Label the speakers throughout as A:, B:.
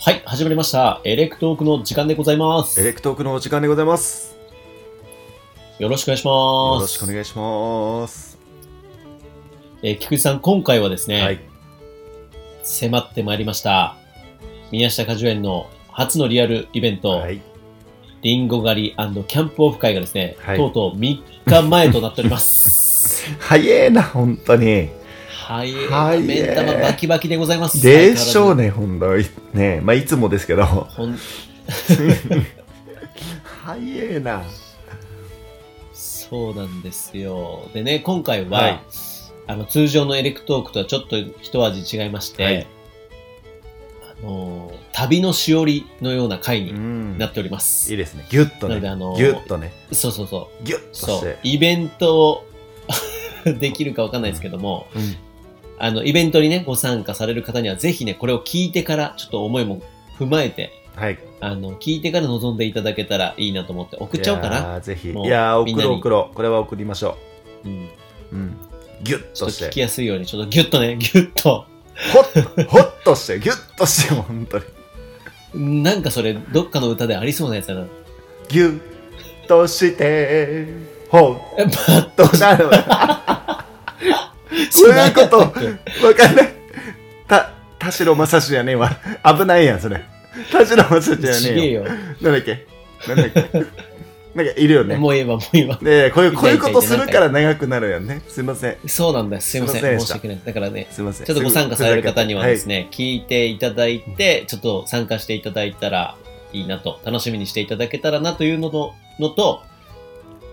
A: はい、始まりました。エレクトークの時間でございます。
B: エレ
A: よ
B: クトークのお時間でございます。
A: ろしくお願いし
B: よ
A: ます。
B: ろしくお願いします。
A: えー菊池さん、今回はですね、
B: はい。
A: 迫ってまいりました。宮下果樹園の初のリアルイベント、
B: はい。
A: リンゴ狩りキャンプオフ会がですね、
B: はい
A: とうとう3日前となっております。
B: 早えな、本当に。
A: はい、
B: はい
A: 目ん玉バキバキでございます。
B: でしょう
A: ね。
B: ね、本当に。ねまあ、いつもですけど。
A: ほん
B: 早えな。
A: そうなんですよ。でね、今回は、
B: はい
A: あの通常のエレクトークとはちょっと一味違いまして、
B: はい
A: あのー旅のしおりのような回
B: う
A: に
B: ん。
A: なっておりま
B: い
A: す。
B: いですね。ギュッと
A: なのであ
B: ね。
A: のー
B: ギュッとね。
A: そうそうそう。
B: ギュッとし
A: そう
B: て。。
A: イベントを できるかわかんないですけども、
B: うん
A: あの、イベントにね、ご参加される方には、ぜひね、これを聞いてから、ちょっと思いも踏まえて、
B: はい。
A: あの、聞いてから望んでいただけたらいいなと思って、送っちゃおうか
B: い
A: な。
B: やーぜひ。い
A: もう
B: やー
A: みん
B: 送
A: なに
B: ろう送ろう。これは送りましょ
A: うん。
B: う。うん。ギュッ
A: ちょっ
B: と
A: と
B: し
A: 聞き
B: て。
A: やすいように、ちょっとギュッとね、ギュッと。
B: ほっ、ほっとして。ギュッとして、本当に。
A: なんかそれ、どっかの歌でありそうなやつだな。
B: ギュッとして。ほっ
A: え、まあ、
B: となる。 そういうこと
A: なんだっけ
B: わかんない。た、田代正史やねえわ。危ないやん、それ。田代正史や
A: ち
B: ね
A: げえ
B: えよ。
A: よ。
B: なんだっけなんだっけなんかいるよね。
A: もう言えばもう言えば。
B: ねえこういう、こういうこ
A: いたいたい
B: と
A: た
B: するから長くなるやんね。すいません。
A: そうなんだ。すいませ
B: すいません
A: ん。
B: で
A: 申し
B: し
A: た訳ない。だからね、
B: すいません。
A: ちょっとご参加される方にはです
B: ね。
A: ね、聞いていただいて、ちょっと参加していただいたらいいなと、楽しみにしていただけたらなというのと、のと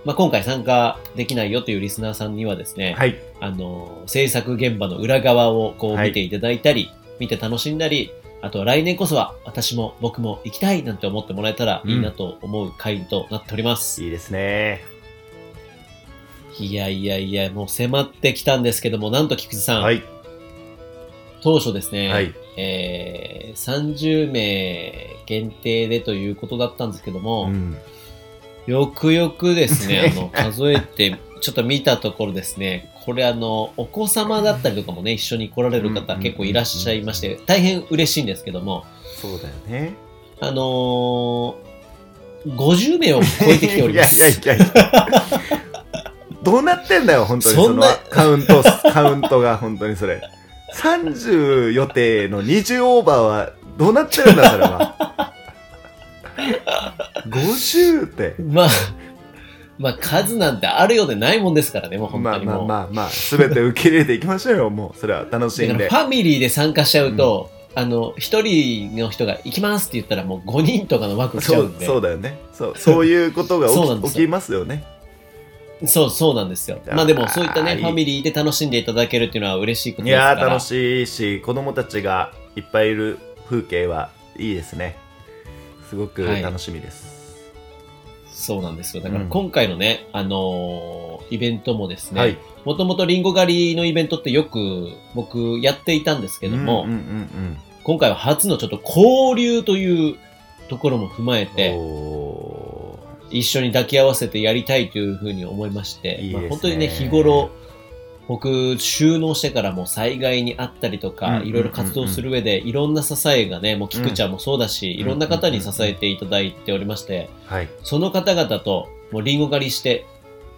A: まあ、今回参加できないよというリスナーさんにはですね、
B: はい。
A: あの、制作現場の裏側をこう
B: はい
A: 見ていただいたり、見て楽しんだり、あとは来年こそは私も僕も行きたいなんて思ってもらえたらいいなと思う回となっております。
B: いいですね。
A: いやいやいや、もう迫ってきたんですけども、なんと菊池さん、
B: はい。
A: 当初ですね、
B: はい。
A: えー30名限定でということだったんですけども、
B: うん。
A: よくよくです ね、あの、数えて、ちょっと見たところですね、これあの、お子様だったりとかもね、一緒に来られる
B: う
A: 方
B: ん
A: 結構いらっしゃいまして、大変嬉しいんですけども、
B: そうだよね。
A: あのー、50名を超えてきております。
B: いやいやいやいや。どうなってんだよ、本当に。
A: そ
B: そ
A: んな
B: のカウント、カウントが本当にそれ。30予定の20オーバーはどうなってるんだ、それは。50って。
A: まあ、まあ、数なんてあるようでないもんですからね、もう本
B: ま
A: 当
B: あ
A: に
B: まあ
A: もう。
B: まあまあ、すべて受け入れていきましょうよ、もう。それは楽し
A: だ
B: ん
A: から
B: で
A: フ。ァミリーで参加しちゃうと、あの、一人の人が行きますって言ったらもう5人とかの枠来ちゃ
B: そううん
A: で。
B: そうだよね。そうそういうことが
A: そうなん
B: 起
A: で
B: き
A: す
B: 起
A: よ
B: きますよね。
A: そう、そうなんですよ。
B: やー
A: まあでも、そういったね、
B: いい
A: ファミリーで楽しんでいただけるっていうのは嬉しいこと
B: い
A: ですから。
B: やー、楽しいし、子供たちがいっぱいいる風景はいいですね。すごく楽しみです。
A: そうなんですよ。だから
B: うん
A: 今回のね、あのーイベントもです
B: はい
A: ね、。もともとリンゴ狩りのイベントってよく僕やっていたんですけども、
B: うんうんうん
A: 今回は初のちょっと交流というところも踏まえ
B: うん、
A: て、
B: お
A: 一緒に抱き合わせてやりたいというふうに思いまして、
B: いいですね
A: まあ、本当にね、日頃、僕、収納してからも災害にあったりと
B: うんうん
A: か、
B: うんうん
A: いろいろ活動する上で、いろんな支えがね、もう菊ちゃんもそうだし、
B: ん
A: いろんな方に支えていただいておりまして、
B: ーはい。
A: その方々と、もうリンゴ狩りして、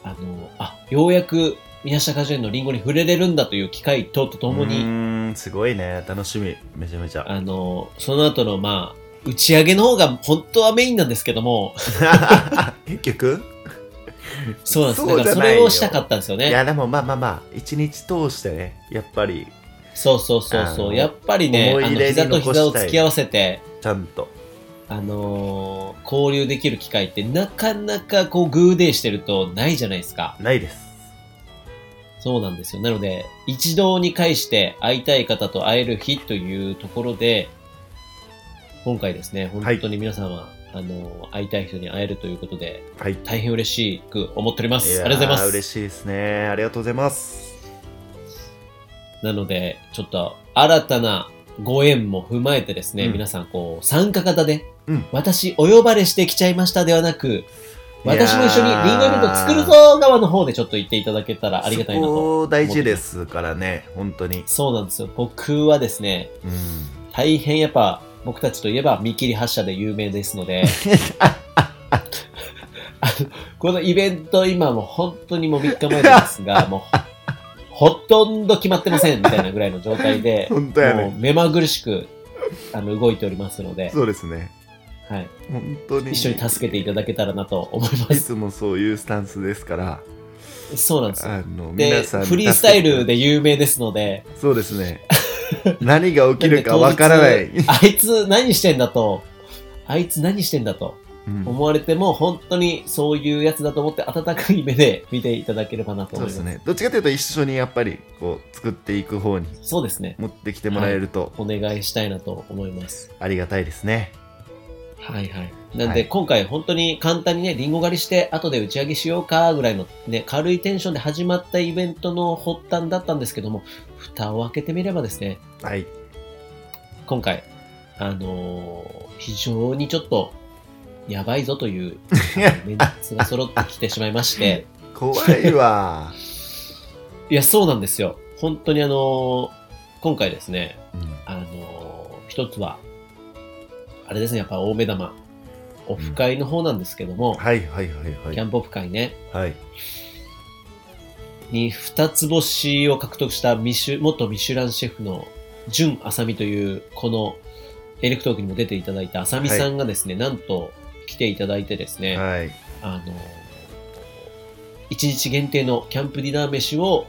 A: あの、あ、ようやく宮下果樹園のリンゴに触れれるんだという機会とととも
B: う
A: に、
B: ーんすごいね。楽しみ。めちゃめちゃ。
A: あの、その後の、まあ、打ち上げの方が本当はメインなんですけども、
B: 結局、
A: そうなんです。だ
B: そう
A: か
B: じ
A: ら
B: ゃ
A: そ
B: ないよ
A: れをしたかったんですよ
B: い
A: ね。
B: や、でもまあまあまあ、一日通してね、やっぱり、
A: そうそうそう
B: あ
A: そ
B: の
A: う。やっぱりね、
B: 思い
A: あの、
B: 入れに
A: 膝と膝を突き合わせて、
B: ちゃんと。
A: あのー交流できる機会ってなかなかこうグーデーしてるとないじゃないですか。
B: ないです。
A: そうなんですよ。なので、一堂に会して会いたい方と会える日というところで、今回ですね、本当に皆さんは、あのー会いたい人に会えるということで、
B: はい。
A: 大変嬉しく思っております。あ
B: やー
A: りがとうございま
B: 嬉
A: す。
B: しいですね。ありがとうございます。
A: なので、ちょっと新たなご縁も踏まえてですね、
B: うん
A: 皆さんこう、参加型で、
B: うん
A: 私お呼ばれしてきちゃいましたではなく、私も一緒にリンゴイベント作る
B: いや
A: ぞ側の方でちょっと言っていただけたら
B: ー
A: ありがたいなと
B: そ
A: 思
B: こ大事
A: って
B: で
A: ます
B: すからね、本当に。
A: そうなんですよ。僕はですね、
B: うん。
A: 大変やっぱ僕たちといえば見切り発車で有名ですの で、あのこのイベント今もう本当にもう3日前なんですが、もうほとんど決まってませんみたいなぐらいの状態で、
B: 本当や
A: もう
B: ね。
A: 目まぐるしくあの動いておりますので、
B: そうですね。
A: はい、
B: 本当に。
A: 一緒に助けていただけたらなと思いま
B: い
A: す。
B: つもそういうスタンスですから、
A: そうなんですよ。
B: あの、
A: で、
B: 皆さんに助けて。
A: フリースタイルで有名ですので、
B: そうですね。何が起きるかわからない。
A: あいつ何してんだと、あいつ何してんだと
B: うん
A: 思われても、本当にそういうやつだと思って温かい目で見ていただければなと
B: そ
A: 思
B: う
A: い
B: で
A: ます。
B: すね。どっちかというと一緒にやっぱり、こう、作っていく方に
A: そうですね。
B: 持ってきてもらえると
A: お願いしたいなと思います。
B: ありがたいですね。
A: はいはい。なん
B: は
A: で
B: い
A: 今回本当に簡単にね、リンゴ狩りして後で打ち上げしようかぐらいのね、軽いテンションで始まったイベントの発端だったんですけども、蓋を開けてみればですね、
B: はい。
A: 今回、あのー非常にちょっと、やばいぞと いう、あのメンツが揃ってきてしまいまして、
B: 怖いわ。
A: いや、そうなんですよ。本当にあのー今回ですね、
B: うん
A: あのー一つは、あれですね、やっぱ大目玉、オフ会の方なんですけども、
B: はいはいはいは
A: キャ
B: い。
A: ンプオフ会ね、
B: はい。
A: に二つ星を獲得したミシュ元ミシュランシェフの純あさみというこのエレクトークにも出ていただいたあさみさんがですね、なんと来ていただいてですね、
B: はい。
A: あの一日限定のキャンプディナー飯を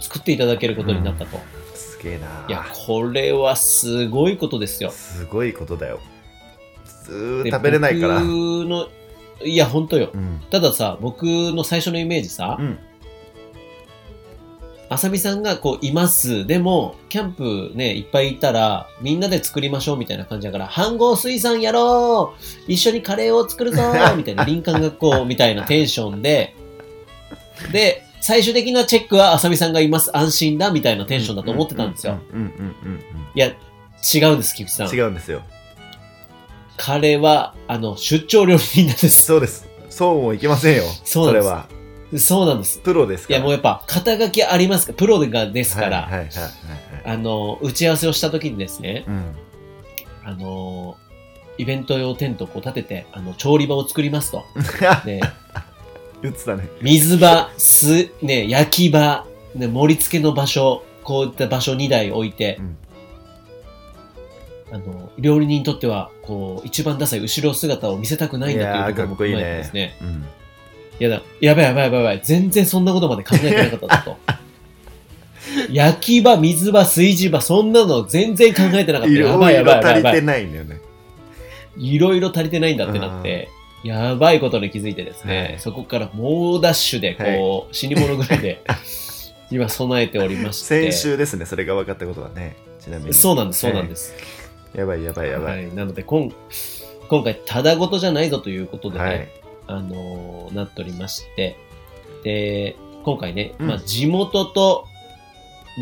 A: 作っていただけることになったと、
B: すげえない
A: やこれはすごいことですよ
B: すごいことだよ。ずー
A: で
B: 食べれないから。
A: 僕
B: うん。
A: のいや本当よ
B: うん。
A: たださ僕の最初のイメージさ、あさみさんがこういます。でも、キャンプね、いっぱいいたら、みんなで作りましょうみたいな感じだから、飯合水産やろう一緒にカレーを作るぞみたいな、林間学校みたいなテンションで、で、最終的なチェックはあさみさんがいます。安心だみたいなテンションだと思ってたんですよ。。
B: うんうんうん
A: いや、違うんです、菊池さ
B: うんん。違。うんですよ。
A: カレーは、あの、出張料理人なんです。
B: そうです。そうもいけませんよ。
A: そう
B: そ
A: なん
B: れ
A: です
B: は。
A: そうなんです。
B: プロです
A: い
B: から。
A: や、もうやっぱ、肩書きありますかプロがですから、
B: はいはいはいはいはい。
A: あの、打ち合わせをした時にですね、
B: うん。
A: あのイベント用テントをこう立てて、あの、調理場を作りますと。ね、
B: 言ってたね。
A: 水場、す、ね、焼き場、ね、盛り付けの場所、こういった場所2台置いて、
B: うん
A: あの、料理人にとっては、こう、一番ダサい後ろ姿を見せたくないんだということも含
B: いやー
A: め
B: かっこいい
A: て
B: ね
A: ですね。
B: うん。
A: いやだ、やばいやばいやばいやばい、全然そんなことまで考えてなかったぞと。 焼き場、水場、炊事場、そんなの全然考えてなかった。
B: い
A: や
B: ろ
A: ばい
B: い
A: や
B: ろ
A: ばいやばい
B: 足
A: や
B: り
A: ばい
B: て。ないんだよね。
A: いろいろ足りてないんだってなって、やばいことに気づいてですね、
B: はい
A: そこから猛ダッシュで、こう、死に物ぐらい で、今備えておりまして。
B: 先週ですね、それが分かったことはね。ちなみに。
A: そうなんです、そうなんです。
B: やばいやばいやば。
A: はいい、なので、こん今回、ただごとじゃないぞということでね、
B: はい。
A: あのーなっておりまして、で、今回ね、
B: うん
A: まあ、地元と、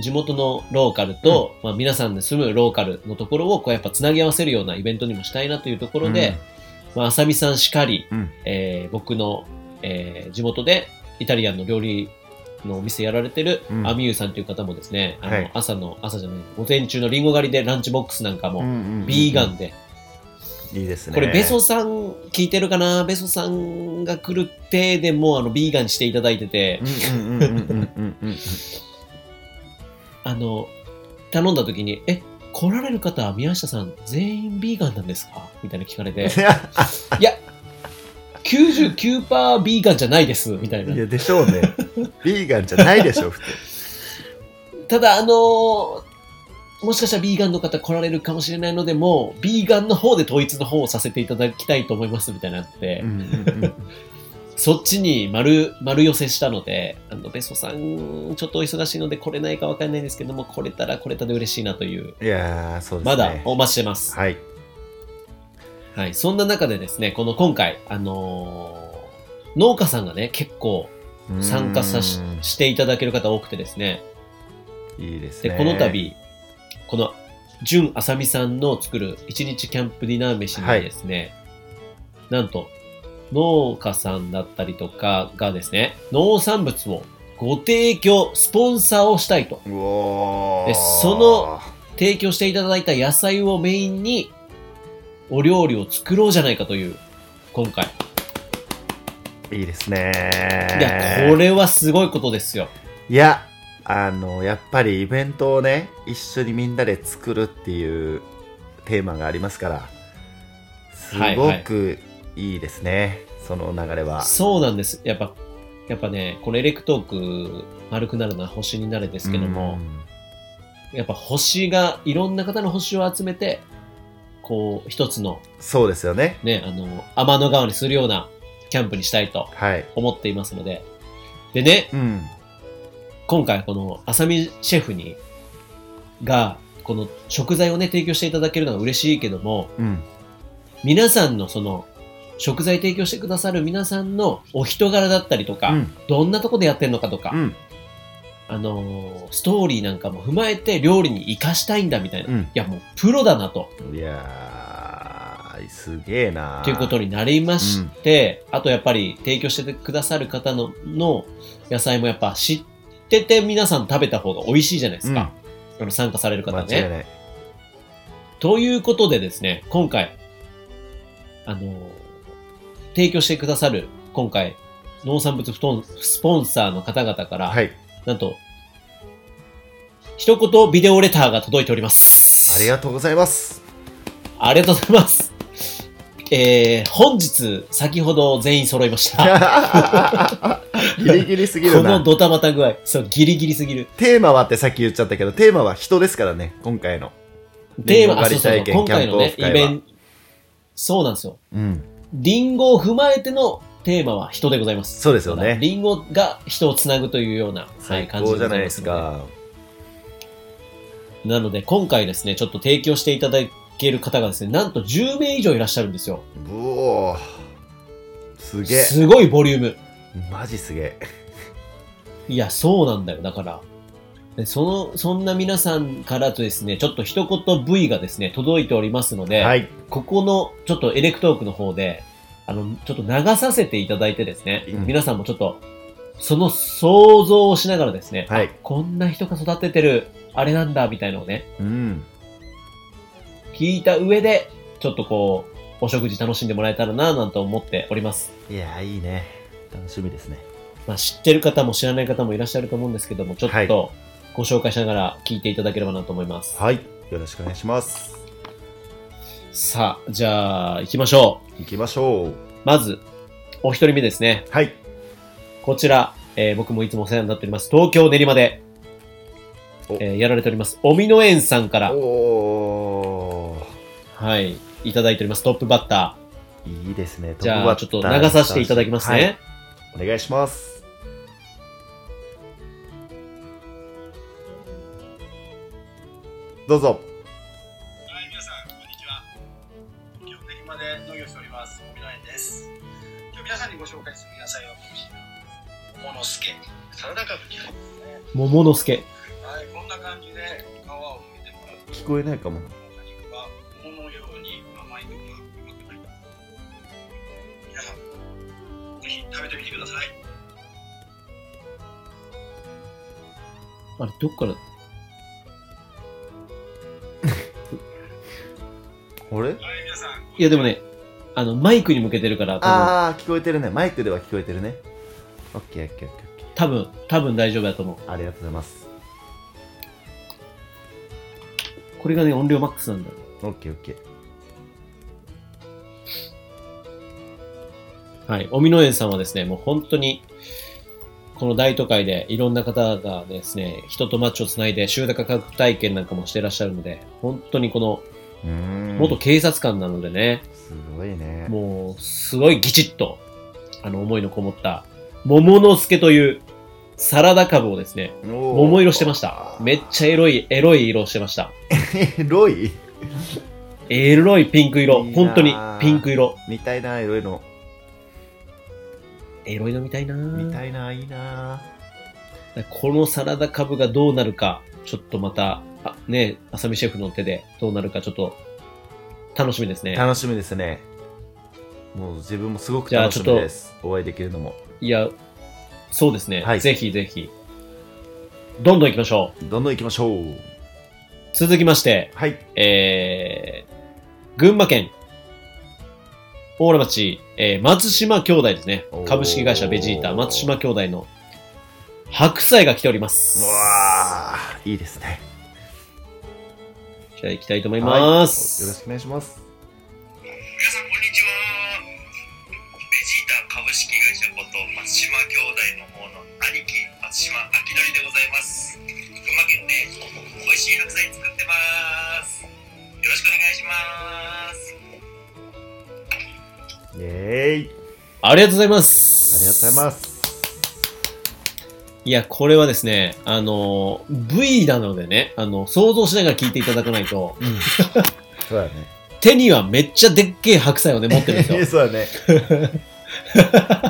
A: 地元のローカルと、まあ、皆さんで住むローカルのところを、こう、やっぱつなぎ合わせるようなイベントにもしたいなというところで、まあ、あさみさんしかり、
B: うん、うん
A: えー僕の、えー地元でイタリアンの料理のお店やられてる
B: うん
A: アミユーさんという方もですね、あの
B: はい
A: 朝の朝じゃない午前中のリンゴ狩りでランチボックスなんか
B: うん
A: も
B: うんうん
A: ビーガンで、
B: いいですね
A: これベソさん聞いてるかなベソさんが来る手でもうあのビーガンしていただいてて、
B: うんうんうんうんうんうんうん
A: あの頼んだ時に「え来られる方は宮下さん全員ビーガンなんですか?」みたいな聞かれ て
B: いや
A: 「99%ビーガンじゃないです」みたいない
B: やでし ょうねビーガンじゃないでしょ普通
A: ただ、あのーもしかしたらビーガンの方来られるかもしれないので、もう、ビーガンの方で統一の方をさせていただきたいと思いますみたいなのあって、
B: うんうんうん
A: そっちに丸、丸寄せしたので、あの、ベソさん、ちょっとお忙しいので来れないかわかんないんですけども、来れたら来れたで嬉しいなという、
B: いやーそうですね
A: まだお待ちしてます。
B: はい
A: はい。そんな中でですね、この今回、あのー農家さんがね、結構参加さし
B: うー
A: していただける方多くてですね、
B: んいいですね
A: で、この度、この、純あさみさんの作る一日キャンプディナー飯にですね、なんと、農家さんだったりとかがですね、農産物をご提供、スポンサーをしたいと。
B: うおー
A: でその提供していただいた野菜をメインに、お料理を作ろうじゃないかという、今回。
B: いいです
A: いや、こ
B: ね
A: れはすごいことですよ。
B: いやあのやっぱりイベントをね一緒にみんなで作るっていうテーマがありますからすごくいいですね、その流れは
A: そうなんです。やっぱ、やっぱね、このエレクトーク、丸くなるな、星になれですけども、やっぱ星が、いろんな方の星を集めて、こう、一つの
B: うんそうですよね
A: ね、あの、天の川にするようなキャンプにしたいと
B: はい
A: 思っていますので。でね、
B: うん
A: 今回この、浅見シェフに、が、この食材をね、提供していただけるのが嬉しいけども、
B: うん
A: 皆さんのその、食材提供してくださる皆さんのお人柄だったりとか、
B: うん
A: どんなとこでやってんのかとか、
B: うん
A: あのーストーリーなんかも踏まえて料理に活かしたいんだみたいな。
B: うん
A: いや、もうプロだなと、
B: いやーすげえな
A: ということ
B: に
A: になりまして、あとやっぱり提供してくださる方のの野菜もやっぱ知ってて皆さん食べた方が美味しいじゃないですか。あの参加される
B: 間
A: 方
B: 違い
A: ね。
B: ない
A: ということでですね、今回、あのー提供してくださる、今回、農産物布団スポンサーの方々から、
B: はい
A: なんと、一言ビデオレターが届いております。
B: ありがとうございます
A: ありがとうございます。えー、本日、先ほど全員揃いました。
B: ギリギリすぎる
A: こ
B: な
A: のドタバタ具合、そう、ギリギリすぎる。
B: テーマはってさっき言っちゃったけどテーマは人ですからね今回の
A: テーマ、
B: リンゴ
A: あ
B: 狩
A: そう
B: り
A: そうそう、
B: 体験
A: 今回のね、
B: キャ
A: イ
B: ンプオフ会
A: ベ
B: は
A: ント、そうなんですよ。
B: うん
A: リンゴを踏まえてのテーマは人でございます。
B: そうですよね
A: リンゴが人をつなぐというような、はい、
B: 最
A: 感じ
B: 高
A: で
B: じ
A: ござ
B: ゃないい
A: ま
B: ですす
A: ので。
B: か
A: なので、今回ですね、ちょっと提供していただける方がですね、なんと10名以上いらっしゃるんですよ。
B: うおーすげえ
A: すごいボリューム。
B: マジすげえ
A: いや、そうなんだよ。だから、でその、そんな皆さんからとですね、ちょっと一言 V がですね、届いておりますので、
B: はい
A: ここの、ちょっとエレクトークの方で、あの、ちょっと流させていただいてですね、
B: うん
A: 皆さんもちょっと、その想像をしながらですね、
B: はい
A: こんな人が育ててる、あれなんだ、みたいのをね、
B: うん
A: 聞いた上で、ちょっとこう、お食事楽しんでもらえたらな、なんて思っております。
B: いやーいいね楽しみですね
A: まあ、知ってる方も知らない方もいらっしゃると思うんですけども、ちょ
B: は
A: っ
B: い
A: とご紹介しながら聞いていただければなと思います。
B: はいよろしくお願いします
A: さあ、じゃあ、行きましょ
B: 行きましょう
A: う。まず、お一人目ですね。
B: はい
A: こちら、えー僕もいつもお世話になっております。東京練馬で、
B: お
A: えーやられております。おみのえんさんから、
B: おー
A: はい、いただいております。トップバッタ
B: いいですね
A: ー。じゃあ、ちょっと
B: トップバッター
A: 流させていただきますね。
B: はいお願いしますどうぞ
C: はい、皆さん、こんにちは。東京練馬で農業しております、小木の園です。今日皆さんにご紹介する野菜は、こちら、桃の助、サラダ株になりますね。
A: 桃之助。
C: はい、こんな感じで皮を剥いてもらうと、
B: 聞こえないかも
C: 果肉は桃のように甘い部分が甘くなります。皆さん、ぜひ食べてみてください。
A: あれ、どっから、
B: あれ
C: はい、皆さん、
A: いやでもね、あの、マイクに向けてるから、多
B: ああ聞こえてるねマイクでは聞こえてるねオッケーオッケーオッケーオッケ
A: 分、多分、多分大丈夫だと思う。
B: ーありがとうございます
A: これがね、音量マックスなんだよ。
B: オッケーオッケー
A: はい。おみのえんさんはですね、もう本当に、この大都会でいろんな方がですね、人とマッチをつないで、集団価格体験なんかもしてらっしゃるので、本当にこの、
B: うーん
A: 元警察官なのでね、
B: すごいね
A: もう、すごいギチッと、あの、思いのこもった、桃之助という、サラダ株をですね、桃
B: 桃
A: 色してました。めっちゃエロい、エロい色をしてました。
B: ゃロイ
A: エロいピンク色。
B: いいな
A: 本当に
B: あ
A: ピンク色。
B: 見たいないろいろ
A: エロいのみたいな
B: 見たいないいな
A: このサラダ株がどうなるか、ちょっとまた、あね、浅見シェフの手でどうなるかちょっと楽しみですね。
B: 楽しみですねもう自分もすごく
A: じゃあ
B: 楽
A: ちょ
B: し
A: っ
B: み
A: と
B: ですお会いできるのも
A: いや、そうですね。
B: はい
A: ぜひぜひ。どんどん行きましょう。
B: どんどん行きましょう
A: 続きまして、
B: はい
A: えー、群馬県大浦町、えー松島兄弟ですね
B: おー。
A: 株式会社ベジータ、松島兄弟の白菜が来ております。
B: うわーいいですね
A: じゃあ行きたいと思います。
B: はいよろしくお願いします
C: 皆さんこんにちはベジータ株式会社こと松島兄弟の方の兄貴松島明則でございます群馬県で美味しい白菜作ってますよろしくお願いします
B: イエーイ
A: ありがとうございま
B: あ
A: す。
B: りがとうございます
A: いや、これはですね、あの、V なのでね、あの、想像しながら聞いていただかないと、
B: そうだね。
A: 手にはめっちゃでっけえ白菜をね、持ってるんですよ
B: そうだね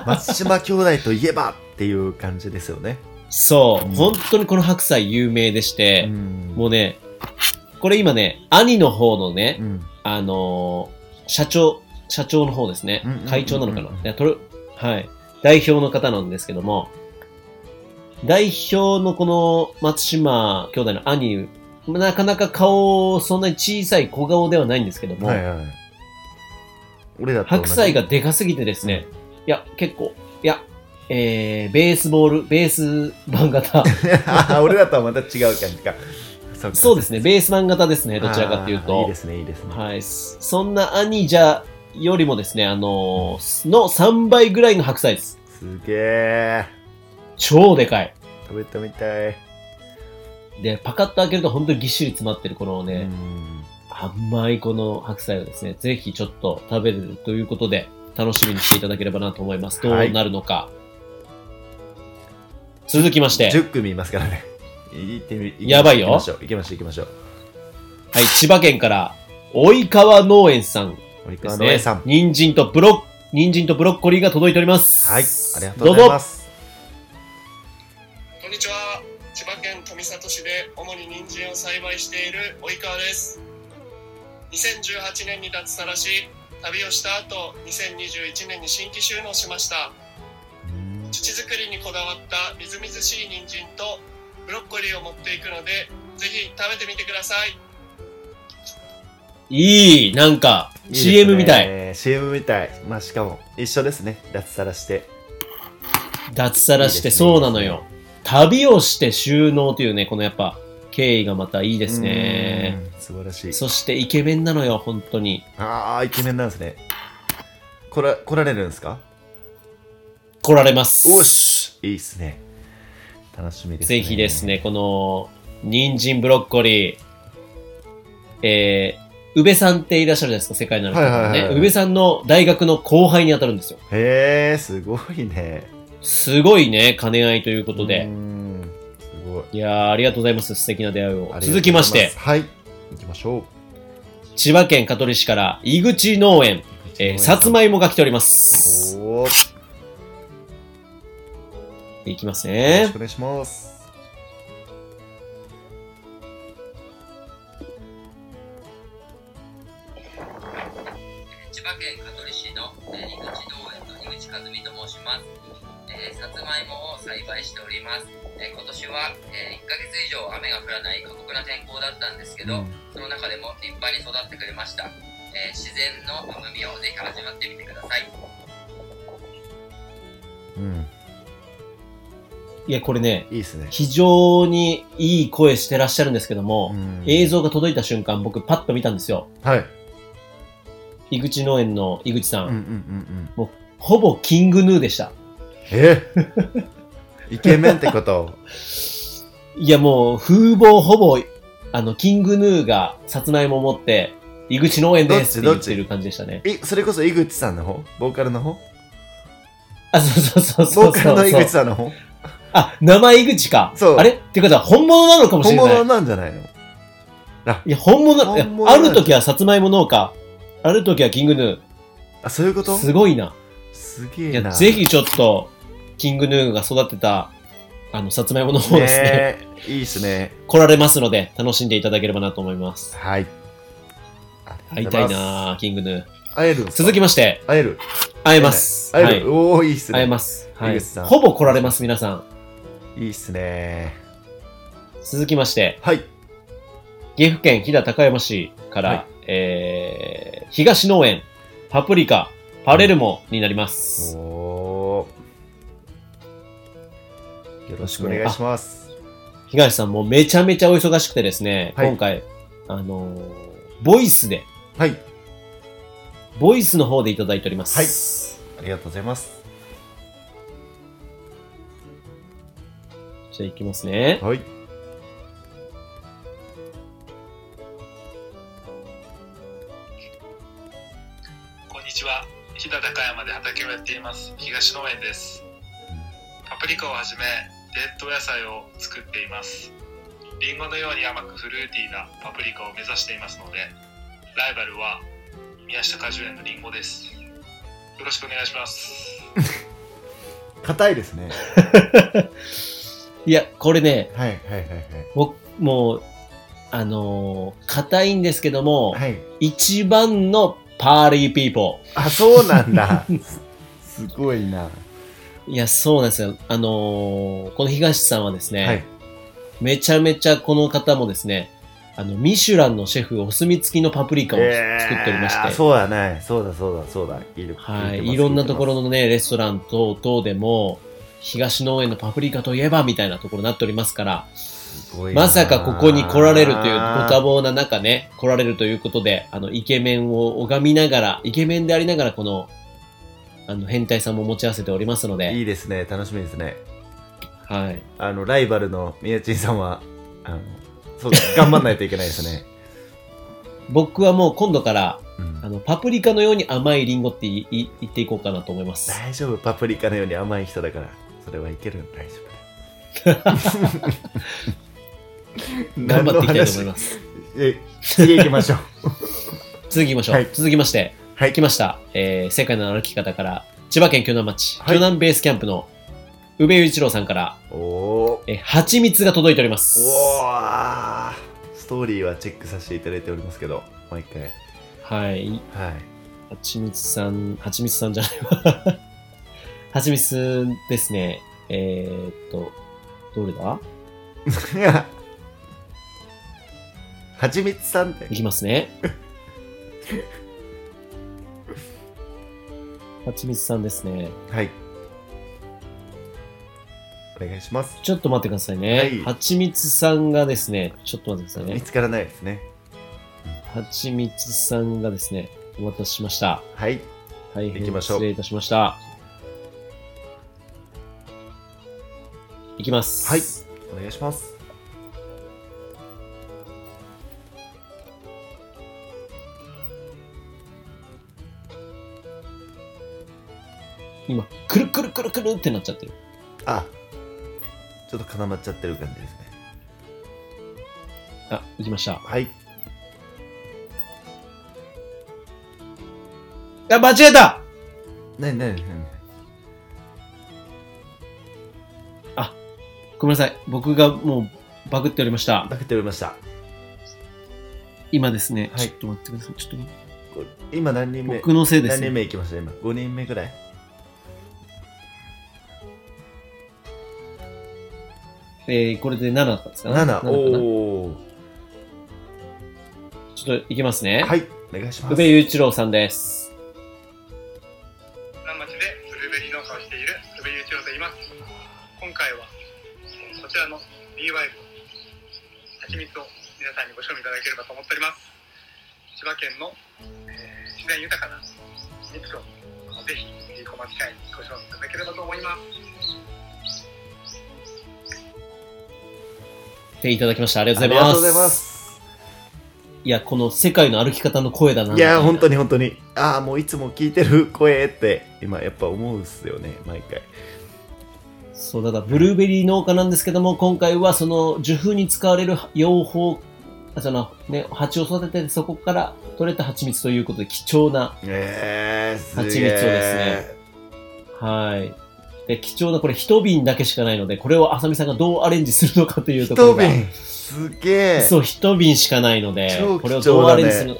B: 松島兄弟といえばっていう感じですよね、
A: そう、
B: うん
A: 本当にこの白菜有名でして、
B: ん
A: もうね、これ今ね、兄の方のね、
B: ん、
A: あのー社長、社長の方ですね
B: うんうんうんう、ん
A: 会長なのかな。ねとるはい。代表の方なんですけども、代表のこの松島兄弟の兄、なかなか顔、そんなに小さい小顔ではないんですけども、
B: はいはい俺だと同
A: 白
B: じ
A: 菜がでかすぎてですね、いや、結構、いや、えー、ベースボール、ベース版 型、
B: 俺だとはまた違う感じかそうか
A: そうですね、ベース版型ですね、どちらかっていう
B: あー
A: と。
B: いいですねいいですね、
A: はい、そそんな兄じゃよりもですね、あのーの3倍ぐらいの白菜です。
B: すげえ
A: 超でかい。
B: 食べてみたい、
A: で、パカッと開けると本当にぎっしり詰まってるこの
B: う
A: ね、
B: ん
A: 甘いこの白菜をですね、ぜひちょっと食べれるということで、楽しみにしていただければなと思います。どう
B: はい
A: なるのか。続きまして、
B: 10組いますからね行ってみ行きましょう
A: やばいよ
B: 行きましょう行きましょう行きましょう
A: はい、千葉県から、及川農園さん
B: 森
A: で
B: 川
A: す
B: のえ
A: ね
B: さん。
A: 人参とブロッ、人参とブロッコリーが届いております。
B: はいありがとうござい
A: ど
B: ま
A: ぞ。
B: す
C: こんにちは千葉県富里市で主に人参を栽培している及川です2018年に脱サラし旅をした後2021年に新規収納しました
B: うん
C: 土作りにこだわったみずみずしい人参とブロッコリーを持っていくのでぜひ食べてみてください
A: いい、なんか、
B: いいですね
A: CM みたい。
B: CM みたいまあしかも一緒ですね脱サラして
A: 脱サラして
B: いいですね
A: そうなのよ。旅をして収納というね、このやっぱ経緯がまたいいですね。
B: うん素晴らしい
A: そしてイケメンなのよ、本当に。
B: ああイケメンなんですね来ら来られるんですか
A: 来られます。
B: おしいいっすね楽しみですね
A: ぜひですね、この、人参ブロッコリー、えー、宇部さんっていらっしゃるじゃないですか、世界の中
B: はいはい
A: ね
B: はい。はい
A: 宇部さんの大学の後輩に当たるんですよ。
B: へえすごいね
A: すごいね、兼ね合いということ
B: う
A: で。
B: んすご
A: い
B: い
A: やー、ありがとうございます。素敵な出会いを
B: あ。りがとうございす
A: 続きまして、
B: はい行きましょう
A: 千葉県香取市から井口農園、えー、さつまいもが来ております。
B: おー
A: いきます
B: よろ
A: ね
B: しく。お願いします
D: 千葉県香取市の、えー井口農園の井口和美と申します、えーさつまいもを栽培しております、えー今年は、え1ヶ月以上雨が降らない過酷な天候だったんですけど、その中でも立派に育ってくれました、えー自然の恵みをぜひ味わってみてください
B: うん
A: いや、これね、
B: いいっすね
A: 非常にいい声してらっしゃるんですけども、
B: うん
A: 映像が届いた瞬間、僕パッと見たんですよ。
B: はい
A: 井口農園の井口さ
B: う
A: ん。
B: んうんうんうん
A: ほぼキングヌーでした。
B: え イケメンってこと
A: いや、もう、風貌ほぼ、あの、キングヌーがさつまいも持って、井口農園ですって
B: ど
A: 言
B: っ
A: っ
B: ちどっち
A: てる感じでしたね。
B: えそれこそ井口さんの方ボーカルの方
A: あ、そうそうそうそう
B: ボーカルの井口
A: ん。
B: さんの方
A: あ、名前井口か。
B: そう
A: あれってことは本物なのかもし
B: 本
A: れない
B: 物。なんじゃないの
A: いや、本物、いや
B: 本物
A: ある時はさつまいも農家、ある時はキングヌ
B: あそういうこ
A: ー。
B: と
A: すごいな。
B: すげ
A: い
B: え
A: や、
B: な
A: ぜひちょっと、キングヌーが育てた、あの、さつまいもの方ですね、
B: ねえいいっすね
A: 来られますので、楽しんでいただければなと思います。
B: はい
A: 会いたいなぁキングヌー。
B: 会えるんですか
A: 続きまして、
B: 会える
A: 会えます。
B: 会える、
A: はい。
B: おおいいっすね
A: 会えます。は
B: 井
A: い。
B: 口さん
A: ほぼ来られます、皆さん。
B: いいっすね
A: 続きまして、
B: はい
A: 岐阜県飛騨高山市から、
B: はい
A: えー、東農園、パプリカ、パレルモになります。
B: おーよろしくお願いします。
A: 東さんもめちゃめちゃお忙しくてですね、
B: はい
A: 今回、あのーボイスで、
B: はい。
A: ボイスの方でいただいております。
B: ありがとうございます。
A: じゃあいきますね。
B: はい。
C: こんにちは。飛騨高山で畑をやっています東農園です。パプリカをはじめ伝統野菜を作っています。リンゴのように甘くフルーティーなパプリカを目指していますので、ライバルは宮下果樹園のリンゴです。よろしくお願いします。
B: 硬いですね。
A: いや、これね、
B: はいはいはい
A: 僕、もう、あのー硬いんですけども、
B: はい。はい。
A: 一番のパーリーピーポ
B: あ、そうなんだ。 すすごいな。は
A: ー。いや、そうなんですよ。あのーこの東さんはですね、
B: い。
A: めちゃめちゃこの方もですね、あの、ミシュランのシェフお墨付きのパプリカを作っておりまして、
B: えーそうだね。そうだそうだそうだ。いる
A: はい、いろんなところのね、レストラン等々でも、東農園のパプリカといえばみたいなところになっておりますから、まさかここに来られるというご多忙な中ね、来られるということで、あの、イケメンを拝みながら、イケメンでありながら、この、あの、変態さんも持ち合わせておりますので、
B: いいですね。楽しみですね。
A: はい。
B: あの、ライバルの宮地さんは、あの、そうだ、 頑張んないといけないですね。
A: 僕はもう今度から、
B: うん
A: あの、パプリカのように甘いリンゴっていい言っていこうかなと思います。
B: 大丈夫。パプリカのように甘い人だから、それはいける。大丈 夫。。
A: 頑張っていきたいと思いますす。
B: え、次行きましょう。
A: 続きましょう。
B: はい
A: 続きまして、
B: はい
A: 来。ました。えー世界の歩き方から、千葉県鋸南町、
B: はい
A: 鋸南ベースキャンプの宇部雄一郎さんから、
B: おお
A: えー、蜂蜜が届いておりま
B: ー。
A: す。
B: おーストーリーはチェックさせていただいておりますけど、毎回。
A: はい。
B: はい。
A: 蜂蜜さん、蜂蜜さんじゃないわ。 蜂蜜ですね。えー、っと、どれだ
B: い や、はちみつさんって
A: いきますね。 蜂蜜さんですね。
B: はい。お願いします。
A: ちょっと待ってください
B: は
A: ね
B: い。
A: 蜂蜜さんがですね、ちょっと待ってくださいね
B: 見。つからないですね。
A: はちみつさんがですね、お渡ししました。
B: はい。
A: 大変
B: 行きましょう
A: 失礼いたしました。いきます。
B: はいお願いします。
A: 今、くるくるくるくるってなっちゃってる。
B: あ、ちょっと固まっちゃってる感じですね。
A: あ、行きました。
B: はい。
A: あ、間違えた
B: なになになに
A: ごめんなさい。僕がもうバグっておりました。
B: バケておりました。
A: 今ですね、
B: はい
A: ちょっと待ってください。ちょっと待って
B: こ今何人目
A: 僕のせいで
B: 何
A: す
B: 人
A: ね。
B: 目いきました今 ?5 人目ぐらい
A: えー、これで7だったんですかね
B: ?7。
A: かな
B: おお。
A: ちょっと行きますね。
B: はい。お願いしま
A: 宇
B: す。
A: 部雄一郎さんです。
C: 南町でブルーベリー農家をしている宇部雄一郎と言います今回はこちらの DY はちみつを皆さんにご賞味いただければと思っております千葉県の、えー自然豊かな蜜をぜひ有効機会にご賞味いただければと思います
A: っていただきました。ありがと
B: あ
A: う
B: り
A: ございます。
B: がとうございます。
A: いや、この世界の歩き方の声だな。
B: いやー、本当
A: に。
B: に本当に。ああ、もういつも聞いてる声って、今やっぱ思うっすよね、毎回。
A: そう、だからブルーベリー農家なんですけども、今回はその受粉に使われる養蜂、あそのね、蜂を育てて、そこから取れた蜂蜜ということで、貴重な、
B: ええすげえ
A: 蜂蜜をですはい。で、貴重な、これ一瓶だけしかないので、これを浅見さんがどうアレンジするのかというところ
B: 一
A: が。
B: 瓶すげえ
A: そう、一瓶しかないので、
B: 超貴重だね
A: これをどうアレンジするの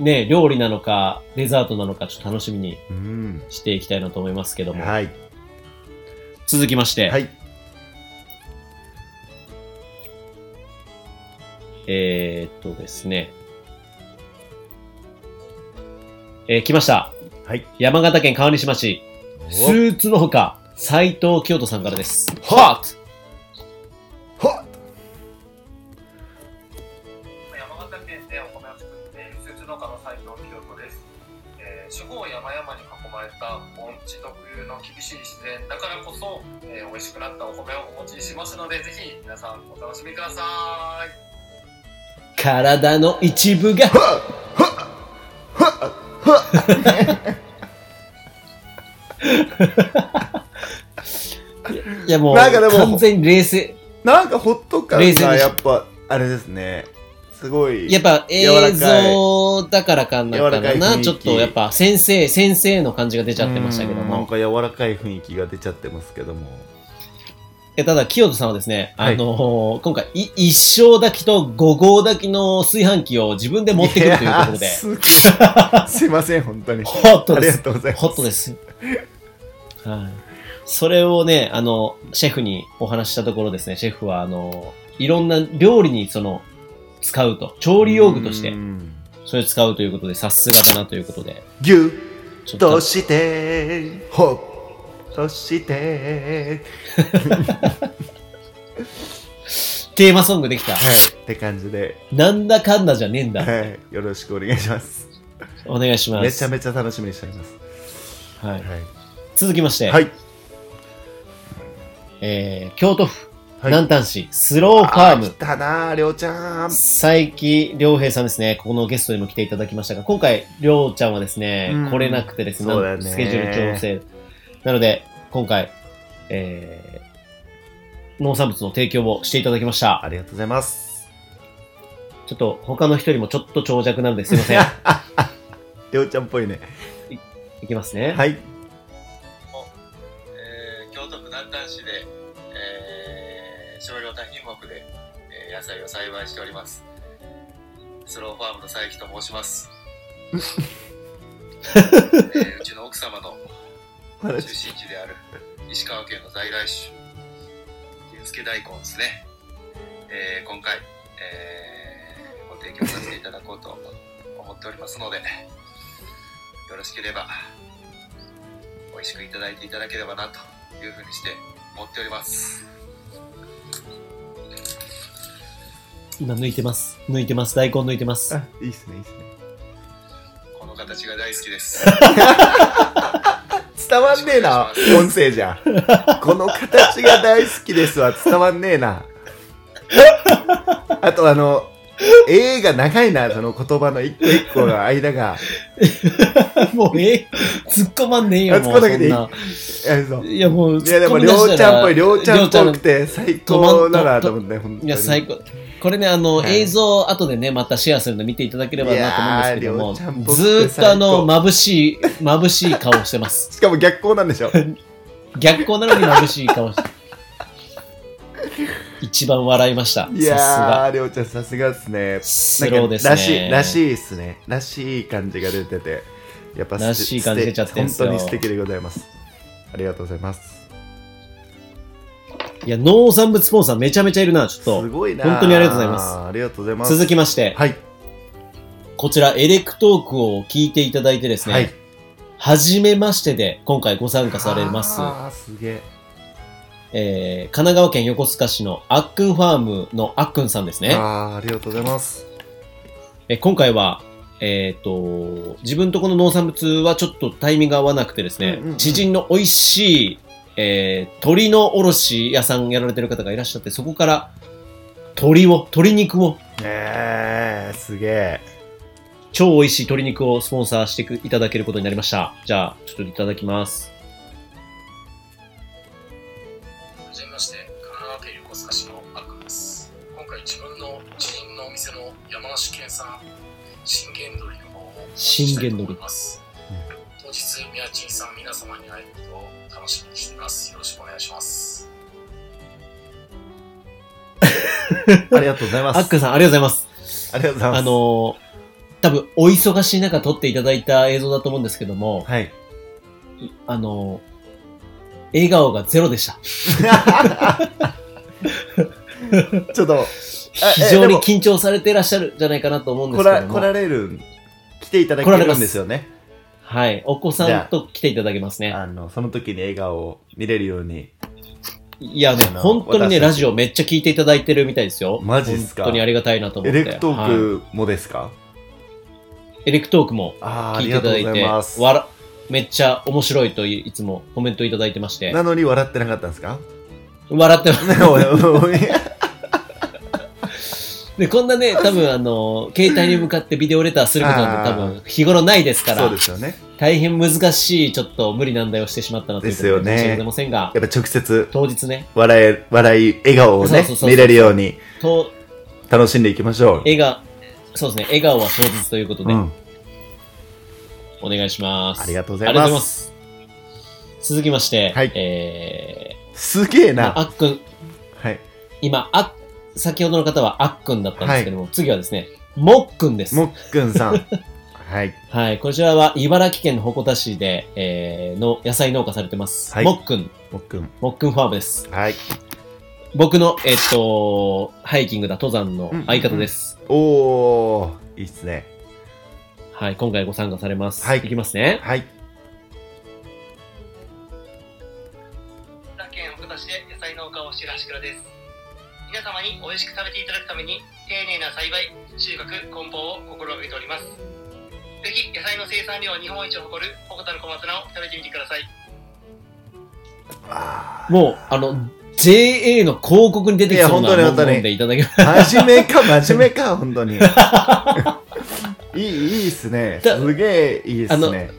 A: ね、料理なのか、デザートなのか、ちょっと楽しみに
B: うん
A: していきたいなと思いますけども。
B: はい
A: 続きまして、
B: はい
A: えー、っとですね。えー来ました。
B: はい。
A: 山形県川西町、スーツのほか、斎藤清人さんからです。
B: は
A: Hot!
B: は
C: 山形県でお米を作っている施設農家の斉藤清人です、えー、四方山々に囲まれた盆地特有の厳しい自然だからこそ、えー、美味しくなったお米をお持ちしますのでぜひ皆さんお楽しみください
A: 体の一部が、 いやもう、
B: なんかでも
A: 完全に冷静。
B: なんかほっとく感
A: 冷静
B: が
A: でし
B: やっぱ、あれですね。すごい。
A: やっぱ映
B: 柔らかい
A: 像だからかなったか
B: 柔らかい雰囲
A: な。
B: 気
A: ちょっとやっぱ先生、先生の感じが出ちゃってましたけど
B: うんなん
A: も。
B: か柔らかい雰囲気が出ちゃってますけども。
A: えただ、清人さんはですね、
B: はい
A: あのー今回、い一升炊きと五合炊きの炊飯器を自分で持ってくるということで
B: や、す すいません、本当に。
A: ホット
B: あり
A: で
B: が
A: す。
B: とうございます。
A: ホットです。はい。それをね、あの、シェフにお話ししたところですね、シェフは、あの、いろんな料理にその、使うと、調理用具とし
B: う
A: て、
B: ん
A: それ使うということで、さすがだなということで、
B: ぎゅ
A: ちょ
B: っ
A: っと
B: として、ほっとして、
A: テーマソングできた。
B: はい、って感じで、
A: なんだかんだじゃねえんだ。
B: はい、よろしくお願いします。
A: お願いします。
B: めちゃめちゃ楽しみにしております。
A: はい、
B: は
A: 続きまして、
B: い。はい。
A: えー、京都府、
B: はい
A: 南丹市、スローファー
B: あ
A: ム
B: 来、たなありょうちゃん。
A: 佐伯良平さんですね、ここのゲストにも来ていただきましたが、今回、良ちゃんはですね、
B: うん
A: 来れなくてですね
B: そうだよね
A: スケジュール調整。なので、今回、えー、農産物の提供をしていただきました
B: あ。りがとうございます。
A: ちょっと他の人よりもちょっと長尺なのですいません。
B: りょうちゃんっぽいね。
A: いきますね。
B: はい。
C: えー京都府南丹市で、えー少量多品目で、えー野菜を栽培しておりますスローファームの佐伯と申します、えーうちの奥様の
B: お話
C: 中心地である石川県の在来種龍介大根ですね、えー今回、えーご提供させていただこうと思っておりますのでよろしければ美味しくいただいていただければなというふうにして思っております
A: 今抜いてます。抜いてます。大根抜いて ます。
B: あ、いいっすね、いいっすね。
C: この形が大好きです
B: 伝わんねえな、音声 じゃ。この形が大好きですは伝わんね えな。あとあの、A が長いな、その言葉の一個一個の間が。
A: もう、え突っ込まんねえよ、も
B: 突っ込
A: う。
B: んだけでいい
A: そんない
B: や、そう。
A: いや、もう、
B: いや、でも、り
A: 突
B: ょ
A: 込
B: う
A: み出し
B: ち
A: た
B: ゃん
A: ら
B: っぽい、りょうちゃんっぽくて、最高だな
A: と
B: と思って、ほんと
A: い
B: に。
A: や、最高。これね、あの、
B: はい
A: 映像、後でね、またシェアするの見ていただければなと思うんですけど
B: いやーりょうちゃん
A: も、
B: 僕
A: ずーっとあの、
B: 最高
A: 眩しい、眩しい顔してます。
B: しかも逆光なんでしょ。
A: 逆光なのに眩しい顔して。一番笑いました。さ
B: い
A: す
B: や
A: が。
B: ー、りょうちゃん、さすがっすね。
A: スローですね。
B: らしい、らしいっすね。らしい感じが出てて。やっぱす
A: らしい感じ出ちゃってんすよ
B: 本当に素敵でございます。ありがとうございます。
A: いや、農産物スポンサーめちゃめちゃいるな、ちょっ
B: す
A: と。
B: ごいな。
A: 本当にありがとうございます
B: ありがとうございます。
A: 続きまして、
B: はい。
A: こちら、エレクトークを聞いていただいてですね、
B: はい。
A: はじめましてで今回ご参加されます、
B: ああ、すげえ。
A: えー神奈川県横須賀市のあっくんファームのあっくんさんですね。
B: ああー、ありがとうございます。
A: えー今回は、えっ、と、自分とこの農産物はちょっとタイミングが合わなくてですね、
B: うんうんうん
A: 知人の美味しい、えー鶏の卸屋さんやられてる方がいらっしゃって、そこから鶏を、鶏肉を、
B: ええー、すげえ。
A: 超美味しい鶏肉をスポンサーしてくいただけることになりました。じゃあ、ちょっといただきます。
C: はじめまして、神奈川県横須賀市のアクです。今回自分の知人のお店の山梨県産信玄鶏の方を
A: 信玄鶏
C: お持ちしたいと思います。当日、宮地さん皆様に会えることを楽しみにしています。よろしくお願いします。
B: ありがとうございます。
A: あっくんさん、ありがとうございます。
B: ありがとうございます。
A: あのー多分、お忙しい中撮っていただいた映像だと思うんですけども、
B: はい。
A: あのー笑顔がゼロでした。
B: ちょっと、
A: 非常に緊張されていらっしゃるんじゃないかなと思うんで
B: 来
A: すけど
B: ら
A: も。
B: 来られる、来ていただけ
A: 来られ
B: る
A: ま
B: ん
A: す
B: ですよね。
A: はい。お子さんと来ていただけますね。
B: あの、その時に笑顔を見れるように。
A: いやね、
B: あの
A: 本当にね、
B: 私たち
A: ラジオめっちゃ聞いていただいてるみたいですよ。
B: マジっすか
A: 本当にありがたいなと思
B: エ
A: って。
B: レクト
A: はい
B: ークもですか、
A: エレクトークも
B: ああー、あ
A: 聞いてい
B: りが
A: た
B: と
A: だ
B: うご
A: い
B: ざ
A: て、
B: います。
A: わらめっちゃ面白いといいつもコメントいただいてまして、
B: なのに笑ってなかったんで すか
A: 笑ってます。
B: ねおいおい
A: で、こんなね、多分あの、携帯に向かってビデオレターすることなんて
B: あ
A: 多
B: ー
A: 分日頃ないですか
B: そう
A: ら
B: で、すよね。
A: 大変難しい、ちょっと無理難題をしてしまったなということ
B: ですよね
A: 申し訳ございませんが
B: や、っぱ直接、
A: 当日ね、
B: 笑え、笑い、笑顔を
A: そうそ
B: ね
A: うそう、そう
B: 見れるように
A: と、
B: 楽しんでいきましょう。
A: 笑顔、そうですね、笑顔は当日ということで、
B: うん。
A: お願いします。
B: ありがとうございま
A: あ
B: す。
A: りがとうございます続きまして、
B: はい
A: え
B: すげえ
A: ー、まあ、あ
B: な。
A: っくん、
B: はい。
A: 今、あ、先ほどの方はあっくんだったんですけども、次はですね、もっくんです。
B: もっくんさ ん。はい。
A: はい、こちらは茨城県の鉾田市で、えー、の野菜農家されてます。
B: はい
A: もっくん、
B: もっくん。
A: もっくんファームです。
B: はい。
A: 僕の、えっと、ハイキングだ登山の相方です。
B: おー、いいっすね。
A: はい、今回ご参加されます。
B: は
A: い
B: い
A: きますね。
B: はい。
C: 北県奥田市で野菜農家をしている橋倉です皆様に美味しく食べていただくために丁寧な栽培収穫梱包を心がけておりますぜひ野菜の生産量日本一を誇る鉾田の小松菜を食べてみてください
B: あ
A: もう、あの、JA の広告に出てきそう
B: い
A: な
B: や本当に
A: も
B: 本当
A: ん
B: に
A: 飲んでいただけ
B: ー真面目か、真面目 か、本当に。いい、いいっすね。
A: だ
B: すげえいいっ
A: あ
B: す
A: の
B: ね。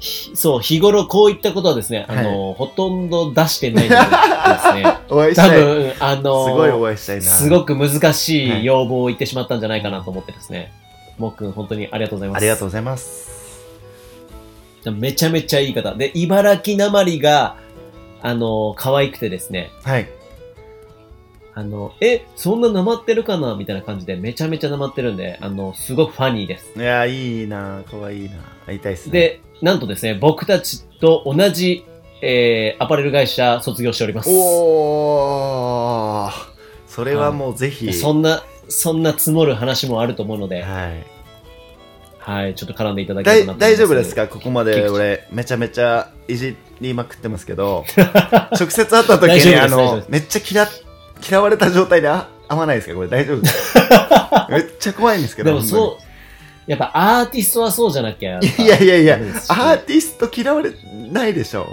A: ひそう、日頃こういったことはですね、あの、ほとんど出してないので ですね、
B: お会いし
A: 多
B: たい。す
A: 分、あの、
B: ごいお会いしたいな。
A: すごく難しい要望を言ってしまったんじゃないかなと思ってですね。もっくん、本当にありがとうございます。
B: ありがとうございます。
A: めちゃめちゃいい方。で、茨城なまりが、あの、可愛くてですね、
B: はい。
A: あの、え、そんななまってるかなみたいな感じで、めちゃめちゃなまってるんで、あの、すごくファニーです。
B: いや、いいな、可愛いな。会いたいっすね。
A: で、なんとですね、僕たちと同じ、えー、アパレル会社卒業しております。
B: おーそれはもうぜひ、
A: そんな、そんな積もる話もあると思うので、
B: はい、
A: はい、ちょっと絡んでいただけ
B: だ
A: れ
B: い
A: ばなと思います。
B: 大丈夫ですかここまで俺めちゃめちゃいじりまくってますけ ど直接会っ
A: 大丈
B: た時
A: 夫
B: に
A: です
B: あ
A: 大丈夫で
B: の
A: す
B: めっちゃ嫌嫌われた状態であ会わないですかこれ大丈夫です かめっちゃ怖いんですけど
A: でも
B: ほん
A: そう、やっぱアーティストはそうじゃなきゃ。
B: ま にいやいやいや
A: ダメですし
B: アーティスト嫌われないでしょ